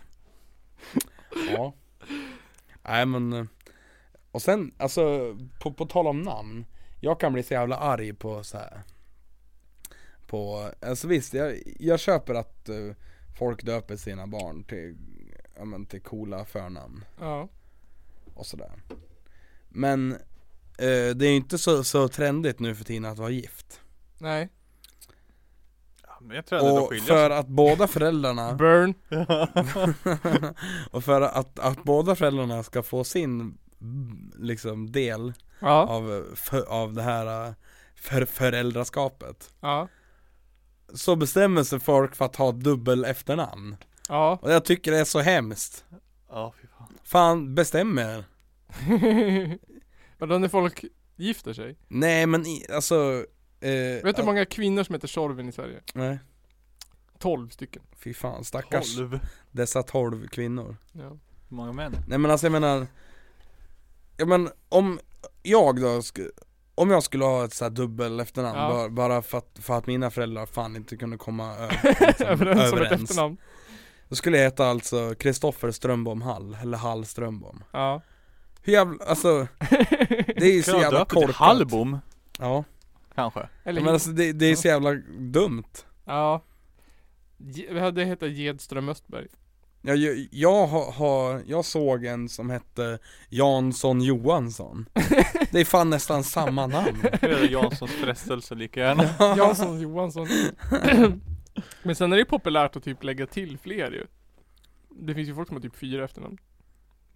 S5: Ja. Nej men. eh, Och sen alltså på, på tal om namn. Jag kan bli så jävla arg på så här. På, alltså visst jag, jag köper att eh, folk döper sina barn till, ja men till coola förnamn.
S4: Ja.
S5: och sådär. Men eh, det är ju inte så, så trendigt nu för tiden att vara gift.
S4: Nej.
S3: Ja, men jag tror att det ändå
S5: Och
S3: skiljer
S5: för att båda
S3: [laughs]
S5: föräldrarna
S4: Burn.
S5: [laughs] och för att, att båda föräldrarna ska få sin mm, liksom del
S4: Ja.
S5: av, eh, för, av det här eh, för, föräldraskapet.
S4: Ja.
S5: Så bestämmer sig folk för att ha dubbel efternamn.
S4: Ja.
S5: Och jag tycker det är så hemskt.
S3: Ja, fy fan.
S5: Fan, bestäm er.
S4: [laughs] Vadå när folk gifter sig?
S5: Nej men i, alltså... Eh,
S4: Vet du hur många kvinnor som heter Tjorven i Sverige?
S5: Nej,
S4: 12 stycken.
S5: fy fan stackars
S3: Tolv.
S5: dessa tolv kvinnor.
S4: Ja.
S3: Hur många män?
S5: Nej men alltså jag menar Ja men om jag då sk- Om jag skulle ha ett så här dubbel efternamn
S4: Ja.
S5: bara, bara för, att, för att mina föräldrar fan inte kunde komma ö-
S4: [laughs]
S5: liksom,
S4: Överens som ett
S5: överens.
S4: efternamn.
S5: Då skulle jag heta alltså Kristoffer Strömbom Hall, eller Hall Strömbom
S4: Ja.
S5: Hur jävla, alltså [laughs] det är ju så
S3: Kan jag
S5: jävla
S3: döpa till
S5: korkat
S3: Hallbom?
S5: Ja,
S3: Kanske.
S4: [laughs] Eller
S5: men alltså det, det är så jävla dumt
S4: Ja. Je- Det heter Gedström Östberg.
S5: Jag, jag, jag, har, har, jag såg en som hette Jansson Johansson Det är fan nästan [laughs]
S4: [laughs]
S5: samma namn
S3: Eller
S5: [laughs]
S3: Janssons frestelse lika gärna.
S4: Jansson Johansson. Men sen är det populärt att typ lägga till fler ju. Det finns ju folk som har typ fyra efternamn.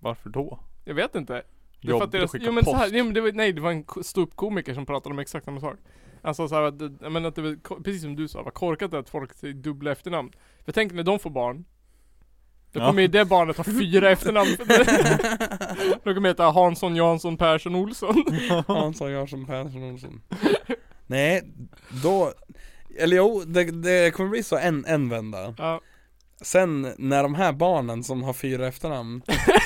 S3: Varför då?
S4: Jag vet inte. Det är för att
S3: Jobbigt att
S4: deras,
S3: skicka
S4: jo, men så
S3: post.
S4: här, nej, men det var, nej det var en ko- ståuppkomiker som pratade om exakt samma sak. Han sa såhär att, det- jag menar att det var, ko- precis som du sa, var korkat att folk säger dubbla efternamn. För tänk när de får barn. Då
S3: Ja.
S4: kommer ju det barnet ha
S3: [laughs]
S4: fyra efternamn. Då kommer det heta Hansson, Jansson, Persson,
S3: [laughs]
S4: Olsson.
S5: Hansson, Jansson, Persson, Olsson. Nej, då... Eller jo, det, det kommer bli så en, en vända.
S4: Ja.
S5: Sen när de här barnen som har fyra efternamn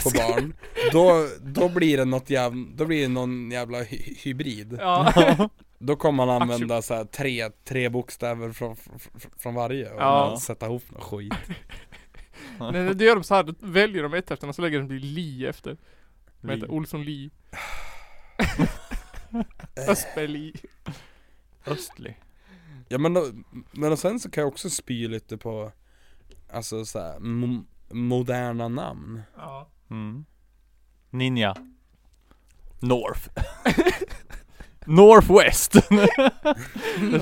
S5: på barn, då, då blir det något jäv, då blir det någon jävla hy, hybrid.
S4: Ja. [laughs]
S5: Då kommer man använda så här tre, tre bokstäver från, från, från varje och
S4: Ja.
S5: sätta ihop något skit.
S4: Nej, nej, det gör de så här, då väljer de ett efternamn så lägger de till Li efter. Vad heter
S3: Li.
S4: Olsson
S3: [laughs]
S4: Li? Östberg Li.
S3: Östlig.
S5: Ja men, då, men och sen så kan jag också spy lite på, alltså så här, mo, moderna namn.
S4: Ja.
S3: Mm. Ninja.
S4: [laughs]
S3: North. Northwest. [laughs] [laughs]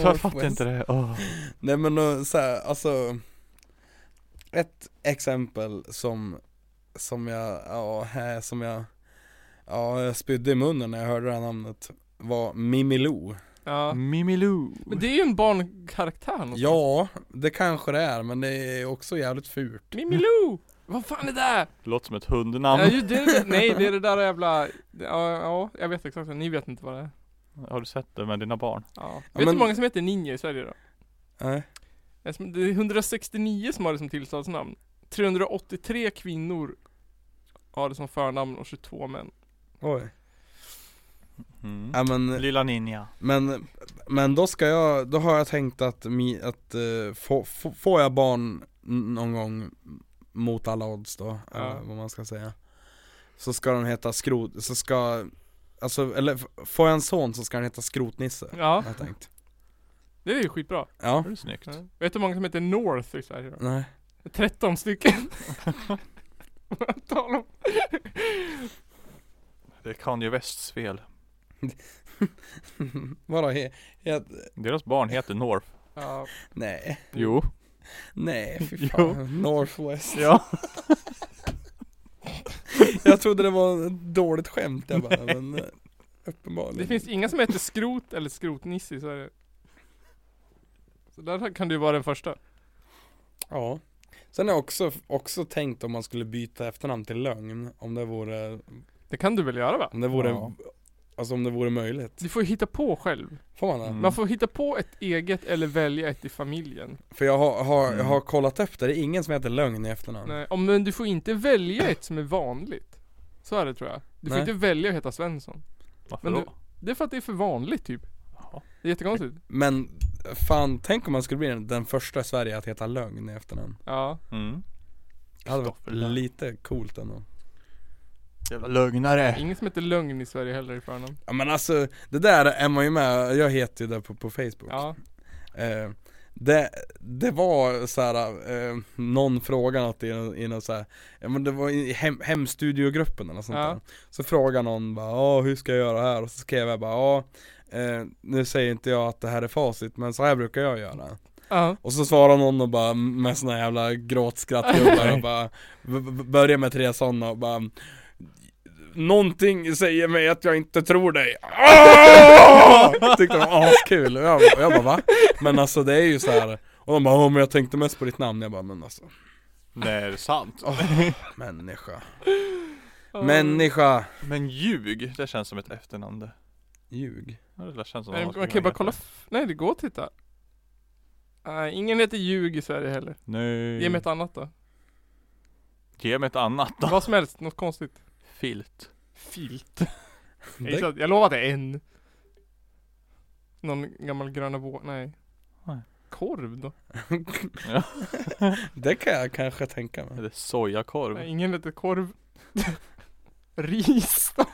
S3: Jag fattar inte det. Åh.
S5: Nej men och så här, alltså Ett exempel som Som jag, ja, här, som jag Ja, jag spydde i munnen när jag hörde det här namnet Var Mimilou
S4: ja.
S3: Mm. Mimiloo.
S4: Men det är ju en barnkaraktär någonstans.
S5: Ja, det kanske det är men det är också jävligt fult
S4: Mimiloo! Vad fan är det?
S3: Låter som ett
S4: Ja,
S3: hundnamn.
S4: ju, det, är- nej, det är det där jävla... Ja, ja, jag vet exakt. Ni vet inte vad det är.
S3: Har du sett det med dina barn?
S4: Ja. Vet
S5: Ja,
S4: du
S5: men-
S4: hur många som heter Ninja i Sverige då?
S5: Nej.
S4: Det är som- Det är 169 som har det som tilltalsnamn. 383 kvinnor har det som förnamn och 22 män.
S5: Oj
S3: Mm.
S5: ja, men,
S3: Lilla Ninja.
S5: men, men då ska jag, då har jag tänkt att, mi, att eh, få, få, får jag barn n- någon gång mot alla odds då,
S4: Ja.
S5: eller vad man ska säga Så ska de heta skrot, så ska, alltså, eller f- får jag en son så ska han heta skrotnisse
S4: Ja,
S5: har jag tänkt
S4: det är ju skitbra.
S5: Ja,
S3: Det är snyggt.
S4: Ja. Vet du hur många som heter North i Sverige då?
S5: nej [laughs]
S4: 13 stycken. Vad talar om?
S3: Det är Kanye Wests fel.
S5: Vadå? He, he,
S3: Deras barn heter North.
S4: Ja,
S5: nej.
S3: Jo.
S5: Nej, fy
S3: Jo.
S5: fan. Northwest.
S3: Ja.
S5: Jag trodde det var ett dåligt skämt. Jag bara, men eh, uppenbarligen.
S4: det finns inga som heter Skrot eller Skrotnisse i Sverige. Så där kan du vara den första.
S5: Ja. Sen har jag också, också tänkt om man skulle byta efternamn till Lögn. Om det vore,
S4: Det kan du väl göra va?
S5: om det vore,
S3: Ja.
S5: alltså om det vore möjligt.
S4: Du får ju hitta på själv.
S5: Får man det?
S3: Mm.
S4: Man får hitta på ett eget eller välja ett i familjen.
S5: För jag har, har, jag
S3: Mm.
S5: har kollat efter, det är ingen som heter Lögn i efternamn.
S4: Nej, om, men du får inte välja ett som är vanligt. Så är det tror jag. Du får
S5: Nej.
S4: inte välja att heta Svensson.
S3: Varför
S4: Men du,
S3: då?
S4: det är för att det är för vanligt typ.
S3: Jaha.
S4: Det är jättekonstigt.
S5: Men fan, tänk om man skulle bli den, den första i Sverige att heta Lögn i efternamn.
S4: Ja.
S3: Mm.
S5: Det hade varit
S3: Kristoffer Lögn.
S5: lite coolt ändå.
S3: Jävla lögnare.
S4: Ingen som heter Lögn i Sverige heller i förnamn.
S5: Ja men alltså, det där är man ju med, jag heter ju det på, på Facebook.
S4: Ja.
S5: Eh, det, det var såhär, eh, någon frågade något i, någon- i någon såhär, ja men det var i hem, hemstudiogruppen eller sånt
S4: Ja.
S5: där. Så frågade någon bara, ja hur ska jag göra här? Och så skrev jag bara, ja eh, nu säger inte jag att det här är facit men så här brukar jag göra.
S4: Ja.
S5: Och så svarade någon och bara med såna jävla gråtskrattgubbar och bara, b- b- börja med tre sådana och bara Någonting säger mig att jag inte tror dig. Ah! Tyckte de var askul. Och jag, och jag bara va? Men alltså det är ju så här. Och de bara åh men jag tänkte mest på ditt namn. Jag bara men alltså.
S3: Nej, är det sant?
S5: Människa.
S4: Ja.
S5: Människa.
S3: Men ljug, det känns som ett efternamn det.
S5: Ljug.
S3: Ja, Det känns som
S4: Nej,
S3: något
S4: Man kan
S3: som
S4: ju bara
S3: heter.
S4: kolla. f- Nej det går att titta. Nej, ingen heter Ljug i Sverige heller.
S3: Nej.
S5: Mm.
S4: Ge mig ett annat då.
S3: Ge mig ett annat då.
S4: Vad som helst, något konstigt.
S3: Filt.
S4: Filt. Jag,
S5: Det,
S4: gissar att- jag lovar att det är en. Någon gammal gröna våg, nej.
S3: Nej.
S4: Korv då?
S5: det kan jag kanske tänka mig.
S3: Eller sojakorv.
S4: Nej, ingen heter korv. [laughs] Ris då?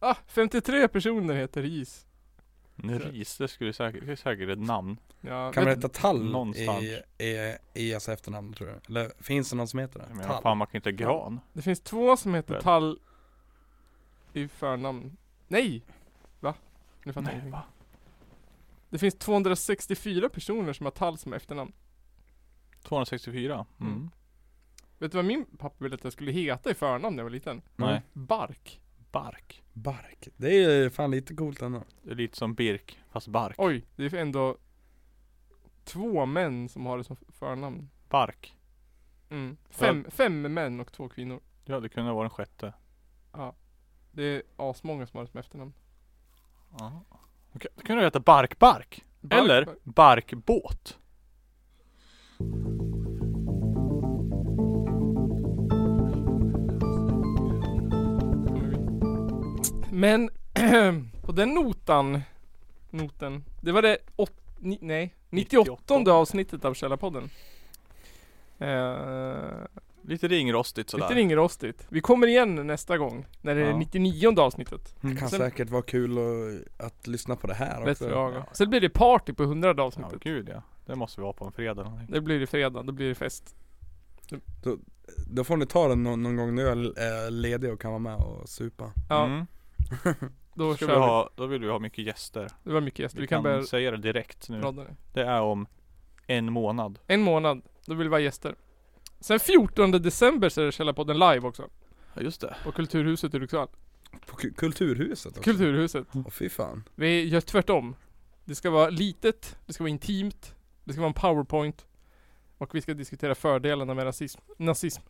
S4: Ah, 53 personer heter Ris.
S3: Nej, Ris, det skulle säkert, det är säkert ett namn.
S4: Ja,
S5: Kan man
S4: vet-
S5: heta tall
S3: Någonstans.
S5: i, i, i alltså efternamn tror jag? Eller finns det någon som heter
S3: Jag
S5: det?
S3: menar,
S5: Tall?
S3: fan man kan inte gran.
S4: Det finns två som heter
S3: Väl.
S4: Tall i förnamn. Nej! Va? Nu fattar jag
S3: Nej,
S4: ingenting.
S3: va?
S4: Det finns 264 personer som har Tall som efternamn.
S3: 264? Mm.
S4: Mm. Vet du vad min pappa ville att jag skulle heta i förnamn när jag var liten?
S3: Nej.
S4: Bark.
S3: Bark.
S5: Bark. Det är ju fan lite coolt ändå.
S3: Det är lite som Birk, fast bark.
S4: Oj, det är ändå två män som har det som förnamn.
S3: Bark.
S4: Mm. Fem, fem män och två kvinnor.
S3: Ja, det kunde vara den sjätte.
S4: Det är asmånga som har det som efternamn.
S3: Ja. Okej, Det kunde heta Bark-Bark.
S4: Bark-
S3: Eller Barkbåt.
S4: Men [clears throat] på den notan, noten, det var det åt, ni, nej, 98 avsnittet av Källarpodden. Eh,
S3: Lite ringrostigt sådär.
S4: lite ringrostigt. Vi kommer igen nästa gång, när det är
S3: Ja.
S4: 99 avsnittet.
S5: Det kan
S4: Sen-
S5: säkert vara kul att- att lyssna på det här
S4: Vet
S5: också.
S4: jag. Sen blir det party på 100
S3: Ja,
S4: avsnittet.
S3: gud ja. Det måste vi ha på en fredag eller någonting.
S4: Det blir det fredag, då blir det fest.
S5: Då får ni ta den någon, någon gång när jag är ledig och kan vara med och supa.
S4: Ja,
S3: Mm.
S4: då
S3: Ska
S4: kör
S3: vi
S4: vi.
S3: ha, då vill vi ha mycket gäster.
S4: Det var mycket gäster,
S3: Vi,
S4: vi
S3: kan,
S4: kan börja
S3: säga det direkt nu.
S4: rada det.
S3: Det är om en månad.
S4: En månad, då vill vi vara gäster. Sen 14 december så är det Källarpodden live också.
S3: Ja just det.
S4: På Kulturhuset i Hudiksvall.
S5: På ku- Kulturhuset också.
S4: Kulturhuset.
S5: Åh fy fan.
S4: Vi gör tvärtom. Det ska vara litet, det ska vara intimt, det ska vara en powerpoint. Och vi ska diskutera fördelarna med rasism, nazism.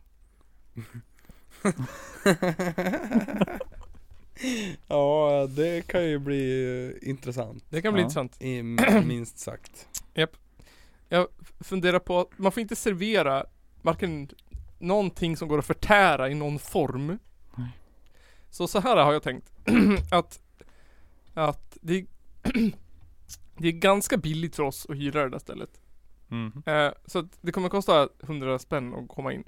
S5: [laughs] ja, det kan ju bli eh, intressant.
S4: Det kan bli
S3: Ja.
S4: intressant.
S5: I,
S4: [clears throat]
S5: minst sagt.
S4: Jag f- funderar på att man får inte servera varken någonting som går att förtära i någon form.
S3: Nej.
S4: Så så här har jag tänkt. [clears throat] att att det, [clears throat] det är ganska billigt för oss att hyra det där stället.
S3: Mm.
S4: Eh, så att det kommer kosta 100 spänn att komma in.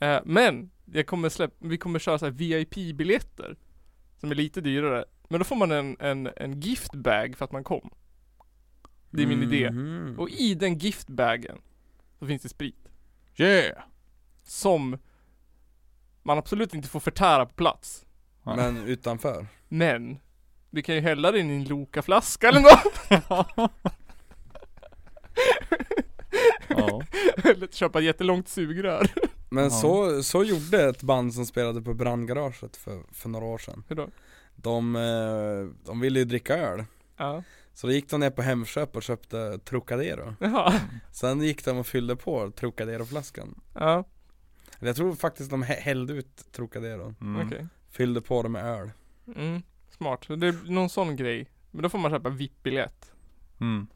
S4: Eh, men jag kommer släpp, vi kommer köra så här VIP-biljetter. Som är lite dyrare. Men då får man en, en, en giftbag för att man kom. Det är min idé.
S5: Mhm.
S4: Och i den giftbagen så finns det sprit.
S3: Yeah!
S4: Som man absolut inte får förtära på plats.
S3: Ja.
S5: Men utanför.
S4: Men, vi kan ju hälla det in i en Loka-flaska eller något.
S3: [laughs] Ja.
S4: [laughs] Eller köpa ett jättelångt sugrör. [laughs]
S5: Men
S3: Ja.
S5: så, så gjorde ett band som spelade på brandgaraget för, för några år sedan.
S4: Hur då?
S5: De, eh, de ville ju dricka öl.
S4: Ja.
S5: Så då gick de ner på Hemköp och köpte Trocadero.
S4: Jaha.
S5: Sen gick de och fyllde på Trocadero-flaskan.
S4: Ja,
S5: Eller Jag tror faktiskt de hä- hällde ut Trocadero.
S3: Mm.
S4: okej.
S5: Fyllde på det med öl.
S4: Mm. Smart. Det är någon sån grej. Men då får man köpa VIP-biljett.
S3: Mm.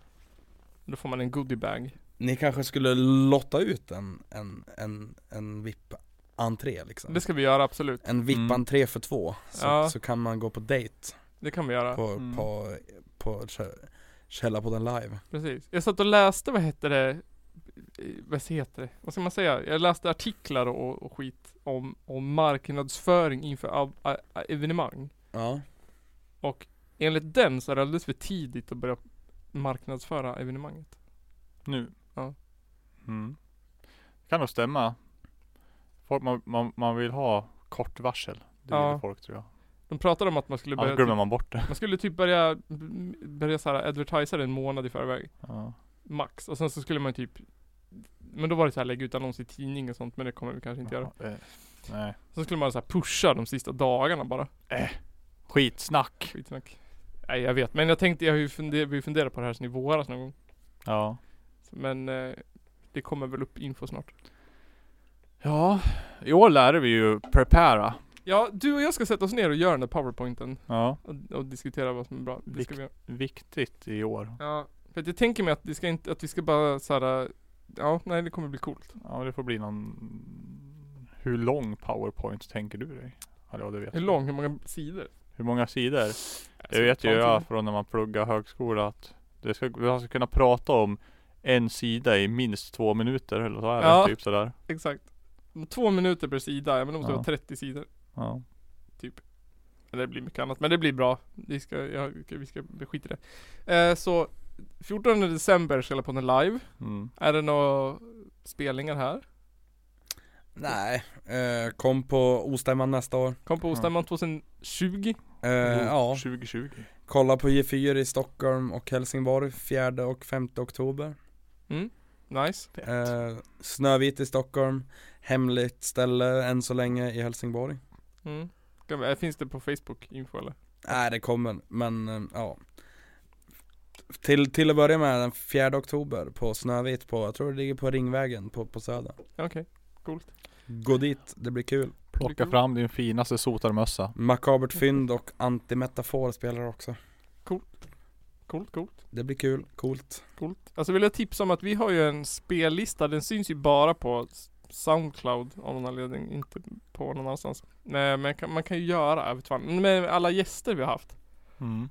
S4: Då får man en goodiebag.
S5: Ni kanske skulle lotta ut en, en, en, en VIP-entré liksom.
S4: Det ska vi göra absolut.
S5: En VIP-entré för två. Så,
S4: Ja.
S5: så kan man gå på dejt
S4: Det kan vi göra.
S5: på,
S3: Mm.
S5: på, på Kä- Källarpodden live.
S4: Precis. Jag satt och läste, vad heter det? Eh, Vad heter det? Vad ska man säga? Jag läste artiklar och, och skit om, om marknadsföring inför av, a, a, evenemang.
S5: Ja.
S4: Och enligt den så är det alldeles för tidigt att börja marknadsföra evenemanget.
S3: Nu.
S4: Ja.
S3: Mm. Det kan nog stämma. Folk, man, man, man vill ha kort varsel. Det
S4: Ja.
S3: vill folk tror jag.
S4: De pratade om att man skulle börja
S3: Annars
S4: typ,
S3: glömmer man bort det.
S4: man skulle typ börja, b- börja så här advertisa det en månad i förväg.
S3: Ja.
S4: Max. Och sen så skulle man typ Men då var det så här lägga ut annons i tidning och sånt men det kommer vi kanske inte göra.
S3: Ja, eh, nej.
S4: Sen skulle man så här pusha de sista dagarna bara.
S3: Skitsnack.
S4: Skitsnack. Nej jag vet, men jag tänkte, jag har ju funderat, vi funderat på det här sen i våras någon gång.
S3: Ja.
S4: Men eh, det kommer väl upp info snart.
S3: Ja. I år lärde vi ju prepara.
S4: Ja, du och jag ska sätta oss ner och göra den där powerpointen
S3: Ja.
S4: och, och diskutera vad som är bra. Det ska vi göra.
S3: Viktigt i år.
S4: Ja, för att jag tänker mig att det ska inte, att vi ska bara så här. Ja, nej det kommer bli coolt.
S3: Ja men det får bli någon... Hur lång powerpoint tänker du dig? Eller ja, det vet
S4: Hur
S3: jag.
S4: lång, hur många sidor?
S3: Hur många sidor?
S4: Alltså,
S3: Jag vet ju
S4: fan,
S3: jag från när man pluggar högskola att det ska, man ska kunna prata om en sida i minst två minuter eller så är det
S4: Ja.
S3: typ sådär.
S4: Exakt. Två minuter per sida, ja men det måste
S3: Ja.
S4: vara 30 sidor.
S3: Ja.
S4: Men Det blir mycket annat, men det blir bra. Vi ska, ja, okej, vi ska skita i det. Eh, så 14 december ska jag på den live.
S3: Mm.
S4: Är det några spelningar här?
S5: Nej, eh, kom på ostämman nästa år.
S4: Kom på Ostämman 2020.
S5: Eh,
S4: Oh,
S3: Jo,
S5: ja,
S3: 2020.
S5: kolla på G4 i Stockholm och Helsingborg 4 och 5 oktober.
S4: Nice.
S5: Eh, Snövit i Stockholm, hemligt ställe än så länge i Helsingborg.
S4: Mm. Ska vi- eh, Finns det på Facebook info eller?
S5: Nej det kommer, men eh, ja. Till, till att börja med den 4 oktober på Snövit på, jag tror det ligger på Ringvägen på, på Söder.
S4: Ja, Okej, coolt.
S5: Gå dit, det blir kul.
S3: Plocka fram din finaste sotarmössa.
S5: Makabert fynd och antimetafor spelar också.
S4: Coolt, coolt,
S5: Det blir kul, coolt.
S4: coolt. Alltså vill jag tipsa om att vi har ju en spellista. Den syns ju bara på S- Soundcloud av någon anledning. Inte på någon annanstans. Nej, men kan, man kan ju göra, jag vet fan. Med alla gäster vi har haft.
S3: Mm.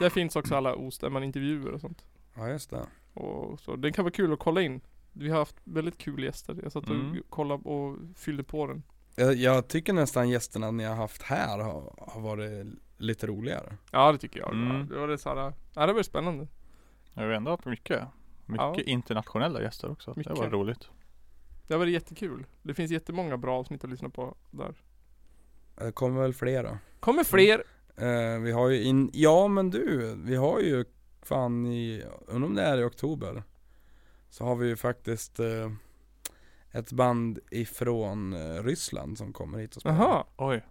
S4: Där finns också alla Ostämman-intervjuer och sånt.
S5: Ja just det.
S4: Och så. Den kan vara kul att kolla in. Vi har haft väldigt kul gäster. Jag satt och
S3: Mm.
S4: kollade och fyllde på den.
S5: Jag, jag tycker nästan gästerna ni har haft här har, har varit lite roligare.
S4: Ja det tycker jag.
S3: Mm.
S4: Det var det såhär, ja det var spännande.
S3: Jag har ändå haft mycket. Mycket
S4: Ja.
S3: internationella gäster också. Det var
S4: Mycket.
S3: roligt.
S4: Det var jättekul. Det finns jättemånga bra avsnitt att lyssna på där.
S5: Det kommer väl flera.
S3: Mm.
S4: Kommer fler!
S5: Eh, vi har ju in, ja men du, vi har ju fan i, undrar om det är i oktober. Så har vi ju faktiskt eh, ett band ifrån eh, Ryssland som kommer hit och spelar.
S4: Jaha!
S3: Oj.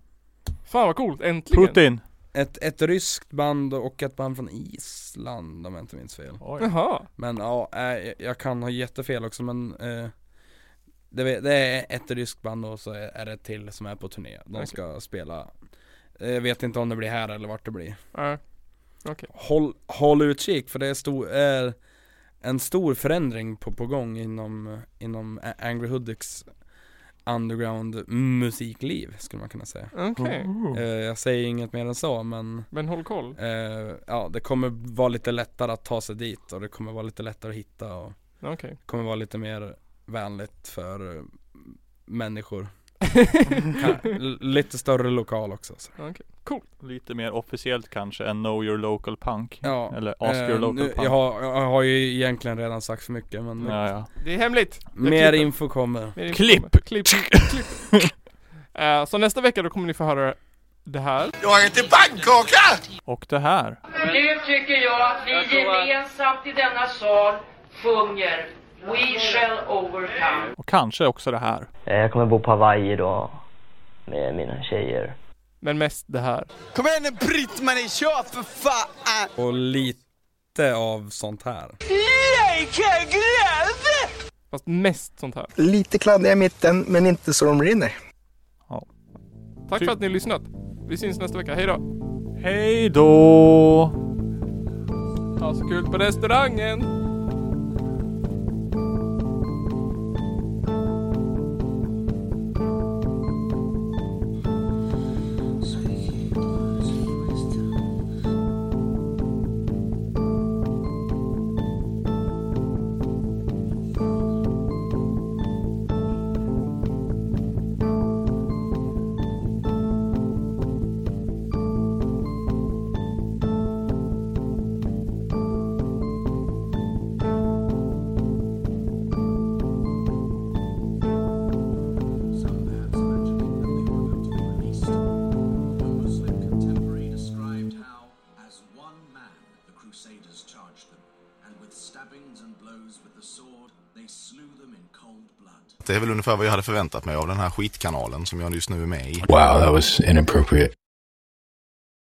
S4: Fan vad coolt, äntligen!
S3: Putin!
S5: Ett, ett ryskt band och ett band från Island om jag inte minns fel.
S3: Oj.
S4: Jaha!
S5: Men ja, eh, jag kan ha jättefel också men eh, det, vet- det är ett ryskt band och så är är det ett till som är på turné. De
S4: Okej.
S5: ska spela eh, Jag vet inte om det blir här eller vart det blir
S4: Ja.
S5: Håll, håll utkik för det är, stor, är en stor förändring på, på gång inom, inom A- Angry Hoods underground musikliv skulle man kunna säga
S4: Okej.
S3: Oh. Mm.
S5: eh, Jag säger inget mer än så men
S4: Men håll
S3: [laughs]
S4: koll.
S5: eh, ja, det kommer vara lite lättare att ta sig dit och det kommer vara lite lättare att hitta och
S4: Okej.
S5: kommer vara lite mer vänligt för eh, människor. Ka- l- lite större lokal också. Så.
S3: Lite mer officiellt kanske än Know Your Local Punk.
S5: Ja.
S3: Eller Ask Your
S5: eh,
S3: Local
S5: nu,
S3: Punk.
S5: jag, har, jag har ju egentligen redan sagt för mycket men
S3: Ja, ja.
S4: Det är hemligt! Jag
S5: mer
S4: klipper.
S5: info kommer.
S4: Mer info
S3: Klipp!
S4: kommer. Klipp! Klipp! Eh, så nästa vecka då kommer ni få höra det här.
S3: Och det här.
S6: Nu tycker jag att vi gemensamt i denna sal sjunger We shall overcome.
S3: Och kanske också det här.
S7: Eh, Jag kommer bo på Hawaii idag med mina tjejer.
S4: Men mest det här.
S8: Kom igen nu Britt-Marie, kör för fan!
S5: Och lite av sånt här.
S8: Leka grädde!
S4: Fast mest sånt här.
S9: Lite kladdiga i mitten, men inte så de rinner.
S4: Tack
S3: Ty-
S4: för att ni har lyssnat. Vi syns nästa vecka. Hej då.
S3: Hej då!
S4: Ha så kul på restaurangen.
S10: Det är väl ungefär vad jag hade förväntat mig av den här skitkanalen som jag just nu är med i.
S9: Wow, that was inappropriate.